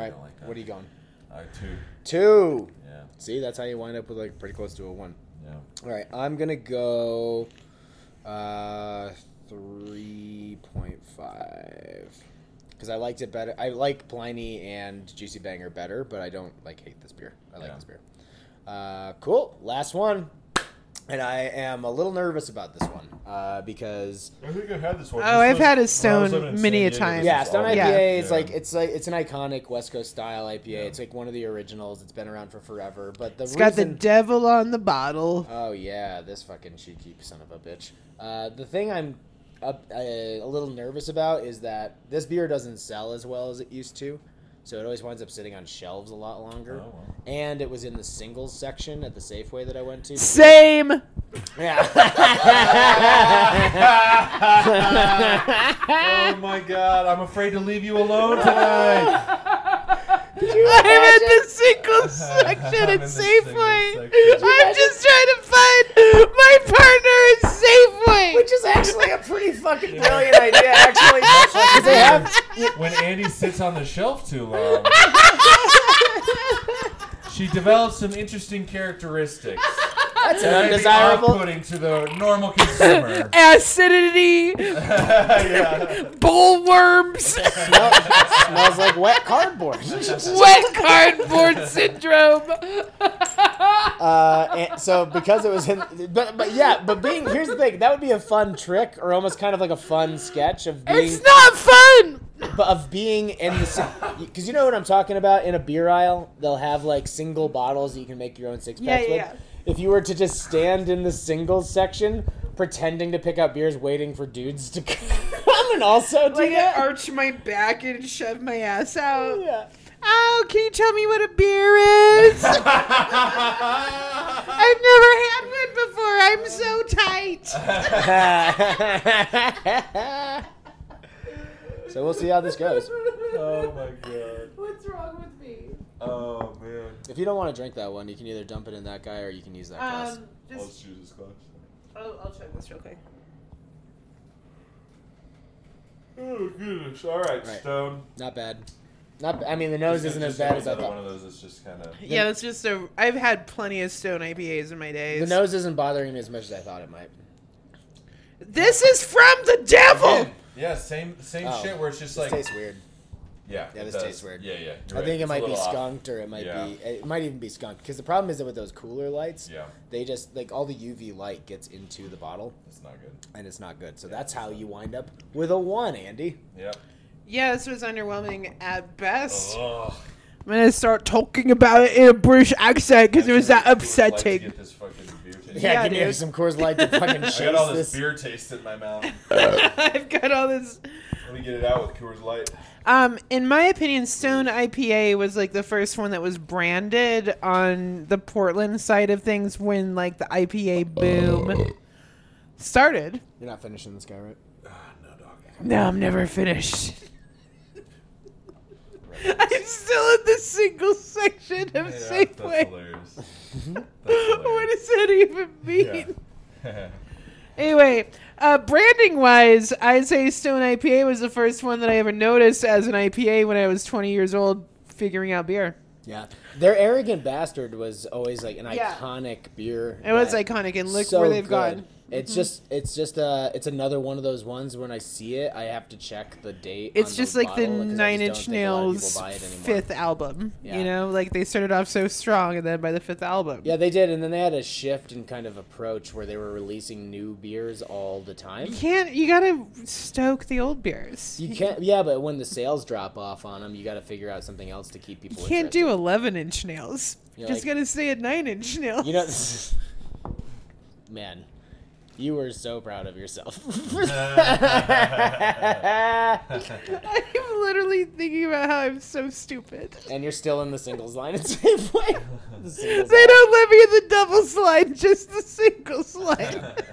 S4: right,
S5: don't like that.
S4: what are you going?
S5: Uh, two.
S4: Two.
S5: Yeah.
S4: See, that's how you wind up with like pretty close to a one.
S5: Yeah.
S4: All right, I'm gonna go uh, three point five because I liked it better. I like Pliny and Juicy Banger better, but I don't like hate this beer. I like
S5: Yeah.
S4: this beer. Uh, cool. Last one, and I am a little nervous about this one uh, because
S5: I think I had this one.
S3: Oh, This I've was- had a when I was Stone living in many San a Diego, time. this
S4: yeah,
S3: Yeah,
S4: Stone
S3: all-
S4: IPA
S3: yeah.
S4: is like it's like it's an iconic West Coast style IPA. It's like one of the originals. It's been around for forever, but the
S3: it's got the
S4: reason-
S3: devil on the bottle.
S4: Oh yeah, this fucking cheeky son of a bitch. Uh, the thing I'm up, uh, a little nervous about is that this beer doesn't sell as well as it used to, so it always winds up sitting on shelves a lot longer.
S5: Oh, wow.
S4: And it was in the singles section at the Safeway that I went to.
S3: Same.
S5: oh my god, I'm afraid to leave you alone tonight.
S3: I'm at the single section
S5: I'm in
S3: at
S5: the
S3: Safeway.
S5: singles section.
S3: I'm just trying to find my partner at Safeway.
S4: Which is actually a pretty fucking brilliant idea, actually. 'Cause they have
S5: when Andy sits on the shelf too long, she develops some interesting characteristics.
S4: that's an
S5: Maybe
S4: undesirable.
S5: off-putting to the normal consumer.
S3: acidity, bullworms,
S4: Smell- smells like wet cardboard.
S3: wet cardboard syndrome.
S4: Uh, and so because it was in, but but yeah, but being here's the thing that would be a fun trick or almost kind of like a fun sketch of being
S3: It's not fun.
S4: but of being in the because you know what I'm talking about in a beer aisle they'll have like single bottles that you can make your own six packs
S3: Yeah, yeah,
S4: with.
S3: yeah.
S4: If you were to just stand in the singles section pretending to pick up beers, waiting for dudes to come and also do that.
S3: arch my back and shove my ass out.
S4: yeah.
S3: Oh, can you tell me what a beer is? I've never had one before. I'm so tight.
S4: so we'll see how this goes.
S5: oh
S3: Um,
S5: my god.
S3: What's wrong with me?
S5: Oh man.
S4: If you don't want to drink that one, you can either dump it in that guy or you can use that glass.
S5: Let's choose this class.
S3: Um, I'll, I'll check this real quick.
S5: Oh goodness. All right,
S4: Right.
S5: Stone.
S4: Not bad. Not. I mean, the nose isn't as
S5: Just
S4: bad as I
S5: another One of
S4: thought.
S5: those that's just kind of.
S3: Yeah, that's just a. I've had plenty of stone IPAs in my days.
S4: The nose isn't bothering me as much as I thought it might.
S3: This is from the devil.
S5: Yeah, same same
S4: Oh.
S5: shit where it's just
S4: This
S5: like
S4: tastes weird.
S5: yeah,
S4: Yeah,
S5: it
S4: this
S5: does.
S4: tastes weird.
S5: Yeah, yeah.
S4: I think it might be
S5: skunk.
S4: skunked or it might
S5: Yeah.
S4: be. It might even be skunked because the problem is that with those cooler lights,
S5: Yeah.
S4: they just like all the UV light gets into the bottle
S5: It's not good.
S4: and it's not good. So that's how you wind up with a one, Andy.
S5: Yep.
S3: Yeah, this was underwhelming at best.
S5: Ugh.
S3: I'm gonna start talking about it in a British accent because it was that
S5: I would like to
S3: upsetting.
S5: get this fucking beer taste.
S4: Yeah,
S3: Yeah,
S4: give me
S3: dude.
S4: some Coors Light to fucking
S5: I
S4: chase
S5: got all this,
S4: this.
S5: beer taste in my mouth.
S3: I've got all this.
S5: Let me get it out with Coors Light.
S3: Um, in my opinion, Stone IPA was like the first one that was branded on the Portland side of things when like the IPA boom started.
S4: You're not finishing this guy, right?
S3: No, I'm never finished. I'm still in the single section of
S5: Yeah, That's
S3: Safeway.
S5: hilarious. That's
S3: What
S5: hilarious.
S3: does that even mean?
S5: Yeah.
S3: Anyway, uh, branding wise, I'd say Stone IPA was the first one that I ever noticed as an IPA when I was 20 years old figuring out beer.
S4: Yeah, their arrogant bastard was always like an
S3: Yeah.
S4: iconic beer.
S3: It was
S4: that-
S3: iconic, and look
S4: so
S3: where they've
S4: good.
S3: gone. Mm-hmm.
S4: It's just, it's just, uh, it's another one of those ones when I see it, I have to check the date.
S3: It's
S4: on
S3: just
S4: the
S3: like the
S4: bottle, 'cause I just
S3: Nine
S4: don't
S3: Inch
S4: think a lot of people
S3: Nails
S4: buy it anymore.
S3: fifth album.
S4: Yeah.
S3: You know, like they started off so strong, and then by the fifth album,
S4: Yeah, they did, and then they had a shift in kind of approach where they were releasing new beers all the time.
S3: you can't. You gotta stoke the old beers.
S4: You can't, yeah, but when the sales drop off on them, you got to figure out something else to keep people.
S3: You can't
S4: interested.
S3: do 11 inch nails.
S4: You're
S3: just
S4: like-
S3: gotta stay at nine inch nails.
S4: You know, man, you were so proud of yourself.
S3: I'm literally thinking about how I'm so stupid.
S4: and you're still in the singles line at Safeway. The singles
S3: They
S4: line.
S3: don't let me in the double slide, just the single slide.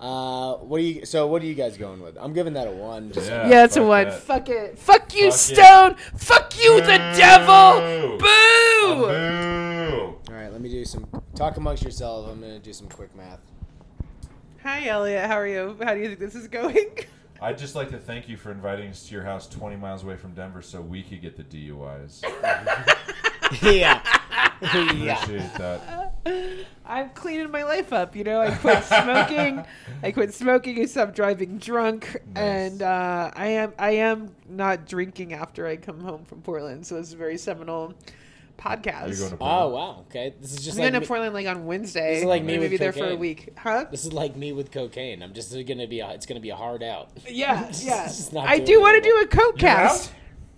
S4: Uh, what do you? So what are you guys going with? I'm giving that a one. Just,
S5: Yeah.
S3: yeah, it's a
S5: fuck
S3: one.
S5: that.
S3: Fuck it. Fuck you,
S5: Fuck it.
S3: Stone. Fuck you, the devil. Boo.
S5: Boo. Boo.
S4: All right, let me do some talk amongst yourselves. I'm gonna do some quick math.
S3: Hi, Elliot. How are you? How do you think this is going?
S5: I'd just like to thank you for inviting us to your house 20 miles away from Denver so we could get the DUIs.
S4: yeah, yeah.
S5: Appreciate that.
S3: I'm cleaning my life up. You know, I quit smoking. I quit smoking. I stopped driving drunk, and uh, I am I am not drinking after I come home from Portland. So this is a very seminal podcast.
S5: You're going to
S4: Oh wow. Okay, this is just
S3: I'm going to
S4: like me-
S3: Portland like on Wednesday.
S4: This is like
S3: I'm
S4: me
S3: gonna
S4: with
S3: be there for a
S4: cocaine.
S3: week, huh?
S4: This is like me with cocaine. I'm just gonna be. A, it's gonna be a hard out.
S3: Yeah, yeah.
S4: It's not
S3: I
S4: doing
S3: do want to do
S4: very
S3: a coke cast.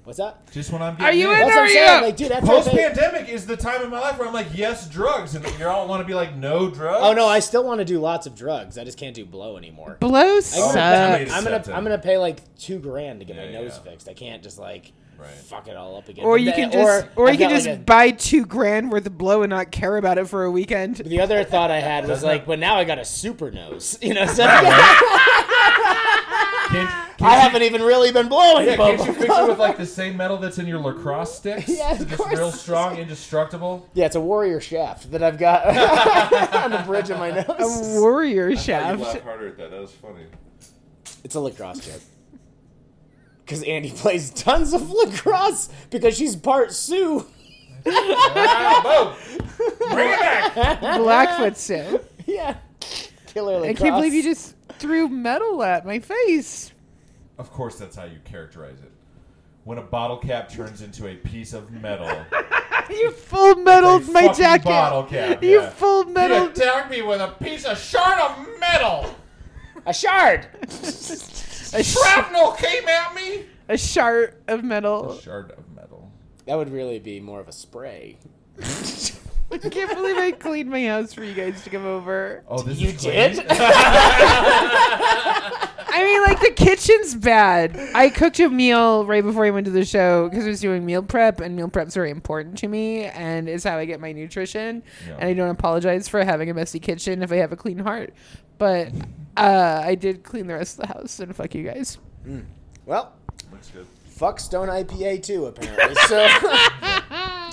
S4: What's that?
S5: Just when I'm
S3: Are
S5: getting
S3: you
S5: in.
S3: in?
S4: That's what I'm
S3: Hurry
S4: saying.
S3: up.
S4: Like, dude, after I
S5: Post
S4: pay-
S5: pandemic is the time in my life where I'm like, yes, drugs, and y'all want to be like, no drugs.
S4: Oh no, I still want to do lots of drugs. I just can't do blow anymore.
S3: Blow
S4: I'm gonna,
S5: Oh,
S3: sucks.
S4: I'm, gonna, I'm gonna pay like two grand to get my
S5: Yeah,
S4: nose
S5: yeah.
S4: fixed. I can't just like
S5: Right.
S4: fuck it all up again.
S3: Or
S4: But
S3: you
S4: the-
S3: can just, or,
S4: I've
S3: you can
S4: got, like,
S3: just
S4: a-
S3: buy two grand worth of blow and not care about it for a weekend.
S4: the other thought I had was like, but now I got a super nose. You know, so
S3: Ah.
S5: Can't,
S4: I
S5: can't,
S4: haven't even really been blowing.
S5: yeah,
S4: Bubba.
S5: can't you fix it with like the same metal that's in your lacrosse sticks?
S4: Yeah, of
S5: Just
S4: course.
S5: real strong, indestructible.
S4: Yeah, it's a warrior shaft that I've got on the bridge of my
S3: A
S4: nose.
S3: warrior
S2: I
S3: shaft.
S2: laugh harder at that. That was funny.
S4: It's a lacrosse joke. Because Andy plays tons of lacrosse because she's part Sue.
S5: Ah, boom. Bring it back.
S3: Blackfoot Sue.
S4: yeah. Killer
S3: I
S4: lacrosse.
S3: can't believe you just threw metal at my face.
S5: Of course, that's how you characterize it. When a bottle cap turns into a piece of metal.
S3: You full metaled
S5: They
S3: my
S5: fucking
S3: jacket.
S5: bottle cap,
S3: You
S5: yeah.
S3: full metal.
S5: attacked me with a piece of shard of metal.
S4: A shard!
S3: A, sh-
S5: Shrapnel came at me.
S3: a shard of metal.
S5: Shard of metal.
S4: That would really be more of a spray.
S3: I can't believe I cleaned my house for you guys to come over.
S5: Oh, this
S4: You
S5: is clean?
S4: did?
S3: I mean, like the kitchen's bad. I cooked a meal right before I went to the show because I was doing meal prep, and meal prep's very important to me, and is how I get my nutrition.
S5: Yeah.
S3: And I don't apologize for having a messy kitchen if I have a clean heart, but uh, I did clean the rest of the house, and fuck you guys.
S4: well,
S2: Looks good.
S4: fuck Stone IPA too, apparently. So.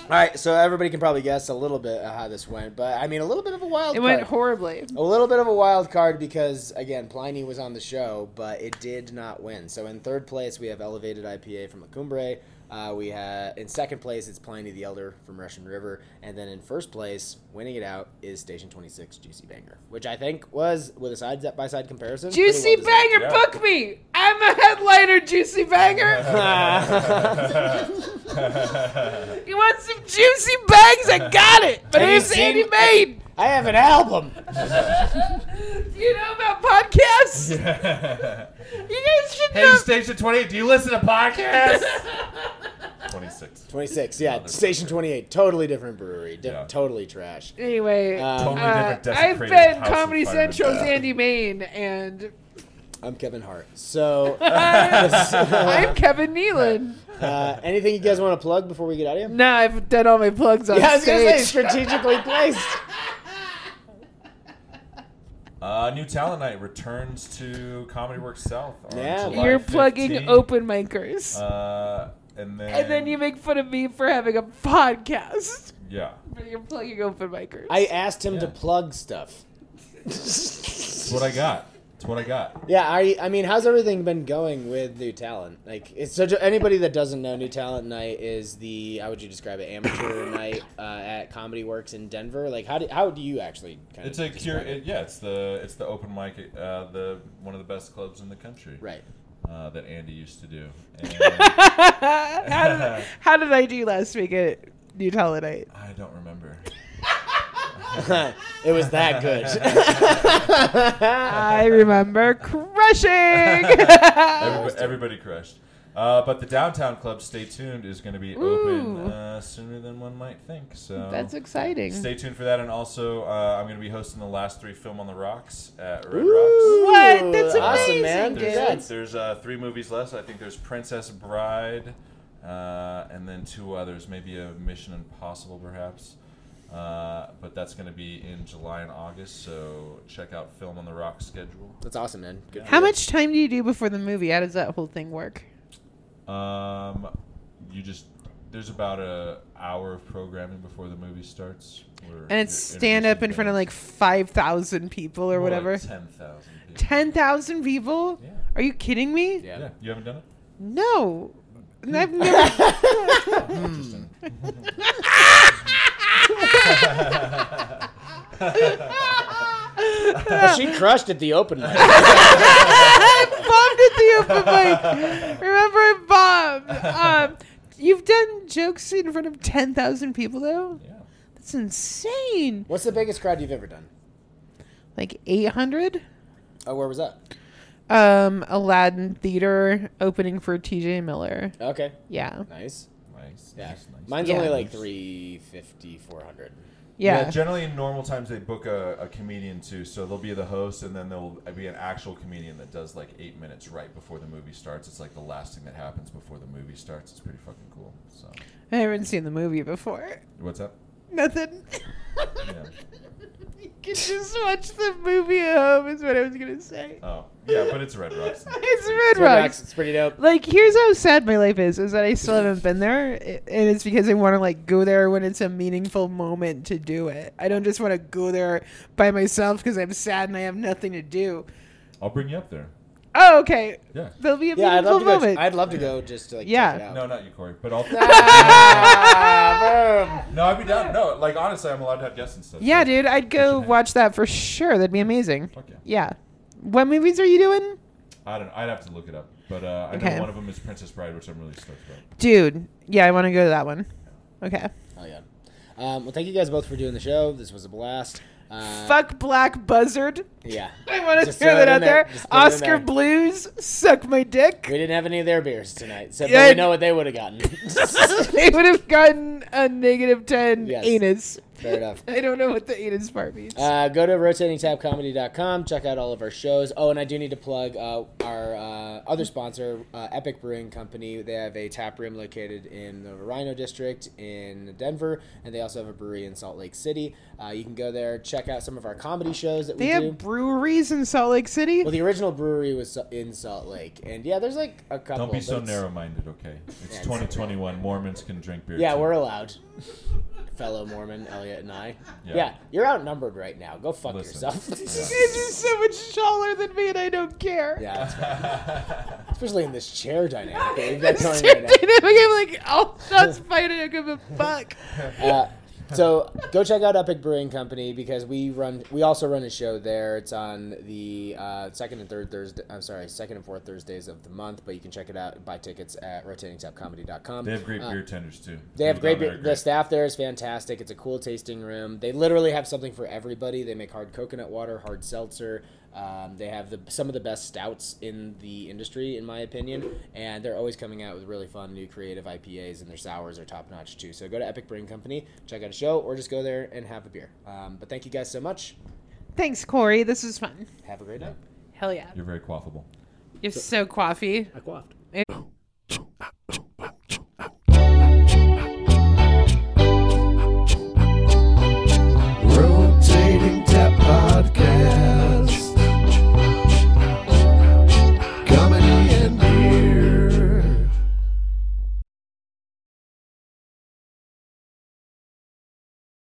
S4: All right, so everybody can probably guess a little bit of how this went, but I mean, a little bit of a wild
S3: It
S4: card.
S3: went horribly.
S4: a little bit of a wild card because again Pliny was on the show, but it did not win. So in third place we have Elevated IPA from Lacumbre. Uh, we have in second place it's Pliny the Elder from Russian River, and then in first place, winning it out is Station Twenty Six Juicy Banger, which I think was with a side by side comparison. pretty
S3: Juicy
S4: well deserved.
S3: Banger,
S5: Yeah.
S3: book me. I'm a headliner, Juicy Banger. you want some juicy bangs? I got it. But
S4: Have you
S3: it's Andy
S4: seen-
S3: Maid.
S4: I have an album.
S3: Do you know about podcasts? You guys should know.
S5: hey, Station 28, do you listen to podcasts? 26.
S4: Twenty six, yeah. Station Twenty Eight, totally different brewery, di-
S5: Yeah.
S4: totally trash.
S3: anyway,
S4: Um,
S5: Totally
S3: uh,
S5: different
S3: I've
S5: desecrated
S3: been
S5: house
S3: Comedy
S5: environment.
S3: Central's Andy Main, and
S4: I'm Kevin Hart. So,
S3: I'm Kevin Nealon.
S4: uh, anything you guys want to plug before we get out of here?
S3: Now I've done all my plugs on
S4: Yeah, I was gonna say
S3: stage.
S4: strategically placed.
S5: Uh, new Talent Night returns to Comedy Works South. On
S4: Yeah.
S5: July
S3: You're plugging
S5: 15th.
S3: open micers.
S5: Uh, and then.
S3: and then you make fun of me for having a podcast.
S5: Yeah.
S3: But you're plugging open micers.
S4: I asked him to
S5: Yeah.
S4: plug stuff.
S5: That's what I got. That's what I got.
S4: Yeah, I I mean, how's everything been going with new talent? Like, it's so to anybody that doesn't know, new talent night is the how would you describe it? Amateur night uh, at Comedy Works in Denver. Like, how do how do you actually? Kind
S5: It's
S4: of
S5: a cure.
S4: describe it?
S5: It, yeah, it's the it's the open mic, at, uh, the one of the best clubs in the country.
S4: right.
S5: Uh, that Andy used to do. And
S3: how, did, how did I do last week at New Talonite?
S5: I don't remember.
S4: it was that good.
S3: I remember crushing. Oh,
S5: Everybody, everybody crushed. Uh, but the downtown club, stay tuned, is going to be open
S3: Ooh.
S5: uh, sooner than one might think. So
S3: That's exciting.
S5: um, Stay tuned for that, and also uh, I'm going to be hosting the last three film on the rocks at Red Rocks.
S3: What? That's
S4: Ooh, awesome,
S3: amazing,
S4: man.
S3: dude.
S4: Congrats.
S5: There's, there's uh, three movies left. I think there's Princess Bride, uh, and then two others, maybe a Mission Impossible, perhaps. Uh, but that's going to be in July and August, so check out Film on the Rock schedule.
S4: That's awesome, man. Good for
S3: How
S4: you.
S3: much time do you do before the movie? How does that whole thing work?
S5: Um, you just there's about a hour of programming before the movie starts. where
S3: And it's
S5: you're
S3: stand up in front of like
S5: introducing
S3: 5,000 people or
S5: bands. More like
S3: whatever.
S5: 10,000 people.
S3: 10,000 people?
S5: Yeah.
S3: Are you kidding me?
S4: Yeah.
S5: Yeah, Hmm. you haven't done it?
S3: No. And I've never. Hmm.
S5: Interesting.
S4: But she crushed at the open mic.
S3: I bombed at the open mic. Remember, I bombed. Um, you've done jokes in front of 10,000 people, though?
S5: Yeah.
S3: That's insane.
S4: What's the biggest crowd you've ever done?
S3: Like 800?
S4: Oh, where was that?
S3: Um, Aladdin Theater opening for TJ Miller.
S4: Okay,
S3: Yeah.
S4: nice.
S5: Nice.
S4: Yeah,
S5: nice, nice.
S4: mine's
S3: Yeah.
S4: only like 350, 400.
S3: Yeah.
S5: Generally, in normal times, they book a, a comedian too. So they'll be the host, and then there'll be an actual comedian that does like eight minutes right before the movie starts. It's like the last thing that happens before the movie starts. It's pretty fucking cool. So,
S3: I haven't seen the movie before.
S5: what's up?
S3: Nothing.
S5: Yeah.
S3: you can just watch the movie at home, is what I was going to say.
S5: Oh, yeah, but it's Red Rocks.
S3: It's Red
S4: Red
S3: Rocks.
S4: Rocks, Uh, It's pretty dope.
S3: Like, here's how sad my life is: is that I still haven't been there, i- and it's because I want to like go there when it's a meaningful moment to do it. I don't just want to go there by myself because I'm sad and I have nothing to do.
S5: I'll bring you up there.
S3: Oh, okay.
S5: Yeah.
S3: There'll be a
S4: Yeah, I'd
S3: meaningful
S4: love to go.
S3: moment.
S4: I'd love to go just to like
S3: Yeah.
S4: check it out.
S5: No, not you, Corey. But I'll.
S4: Ah, boom.
S5: no, I'd be down. No, like honestly, I'm allowed to have guests and stuff.
S3: yeah,
S5: so-
S3: dude, I'd go
S5: should.
S3: watch that for sure. That'd be amazing.
S5: Fuck yeah.
S3: Yeah. What movies are you doing?
S5: I don't. I'd have to look it up. But uh, I
S3: Okay.
S5: know one of them is Princess Bride, which I'm really stoked about.
S3: Dude, yeah, I want to go to that one. Okay.
S4: Oh yeah. Um, well, thank you guys both for doing the show. This was a blast. Uh,
S3: Fuck Black Buzzard.
S4: Yeah.
S3: I want to
S4: Just
S3: throw
S4: throw it
S3: that
S4: in
S3: out
S4: there.
S3: there.
S4: Just throw it in
S3: Oscar
S4: there.
S3: Blues, suck my dick.
S4: We didn't have any of their beers tonight, so
S3: Yeah.
S4: but we know what they would have gotten.
S3: they would have gotten a negative 10
S4: Yes.
S3: anus.
S4: Fair enough.
S3: I don't know what the anus part means.
S4: Uh, go to rotatingtapcomedy.com. Check out all of our shows. Oh, and I do need to plug uh, our uh, other sponsor, uh, Epic Brewing Company. They have a tap room located in the Rhino District in Denver, and they also have a brewery in Salt Lake City. Uh, you can go there, check out some of our comedy shows that
S3: they
S4: we
S3: have
S4: do.
S3: breweries in Salt Lake City.
S4: Well, the original brewery was in Salt Lake, and yeah, there's like a couple.
S5: Don't be
S4: but
S5: so
S4: it's-
S5: narrow-minded, okay? It's
S4: Yeah, it's-
S5: 2021. Mormons can drink beer.
S4: Yeah,
S5: too.
S4: we're allowed. Fellow Mormon Elliot and I. Yeah,
S5: Yeah.
S4: you're outnumbered right now. Go fuck
S5: Listen.
S4: yourself.
S3: you guys are so much taller than me, and I don't care.
S4: yeah, that's fine. especially in this chair dynamic that we've got
S3: It's
S4: going
S3: too
S4: right now.
S3: dynamic. I'm like, I'll shots fired. I don't give a fuck.
S4: Uh, so go check out Epic Brewing Company because we run. We also run a show there. It's on the uh, second and third Thursday. I'm sorry, second and fourth Thursdays of the month. But you can check it out. and Buy tickets at rotatingtapcomedy.com.
S5: They have great
S4: Uh,
S5: beer tenders too.
S4: They have
S5: People
S4: great
S5: down there
S4: beer.
S5: are
S4: The staff there is fantastic. It's a cool tasting room. They literally have something for everybody. They make hard coconut water, hard seltzer. Um, they have the, some of the best stouts in the industry, in my opinion, and they're always coming out with really fun, new, creative IPAs, and their sours are top notch too. So go to Epic Brewing Company, check out a show, or just go there and have a beer. Um, but thank you guys so much.
S3: Thanks, Corey. This was fun.
S4: Have a great night.
S3: Hell yeah.
S5: You're very quaffable.
S3: You're so coffee.
S4: I quaffed.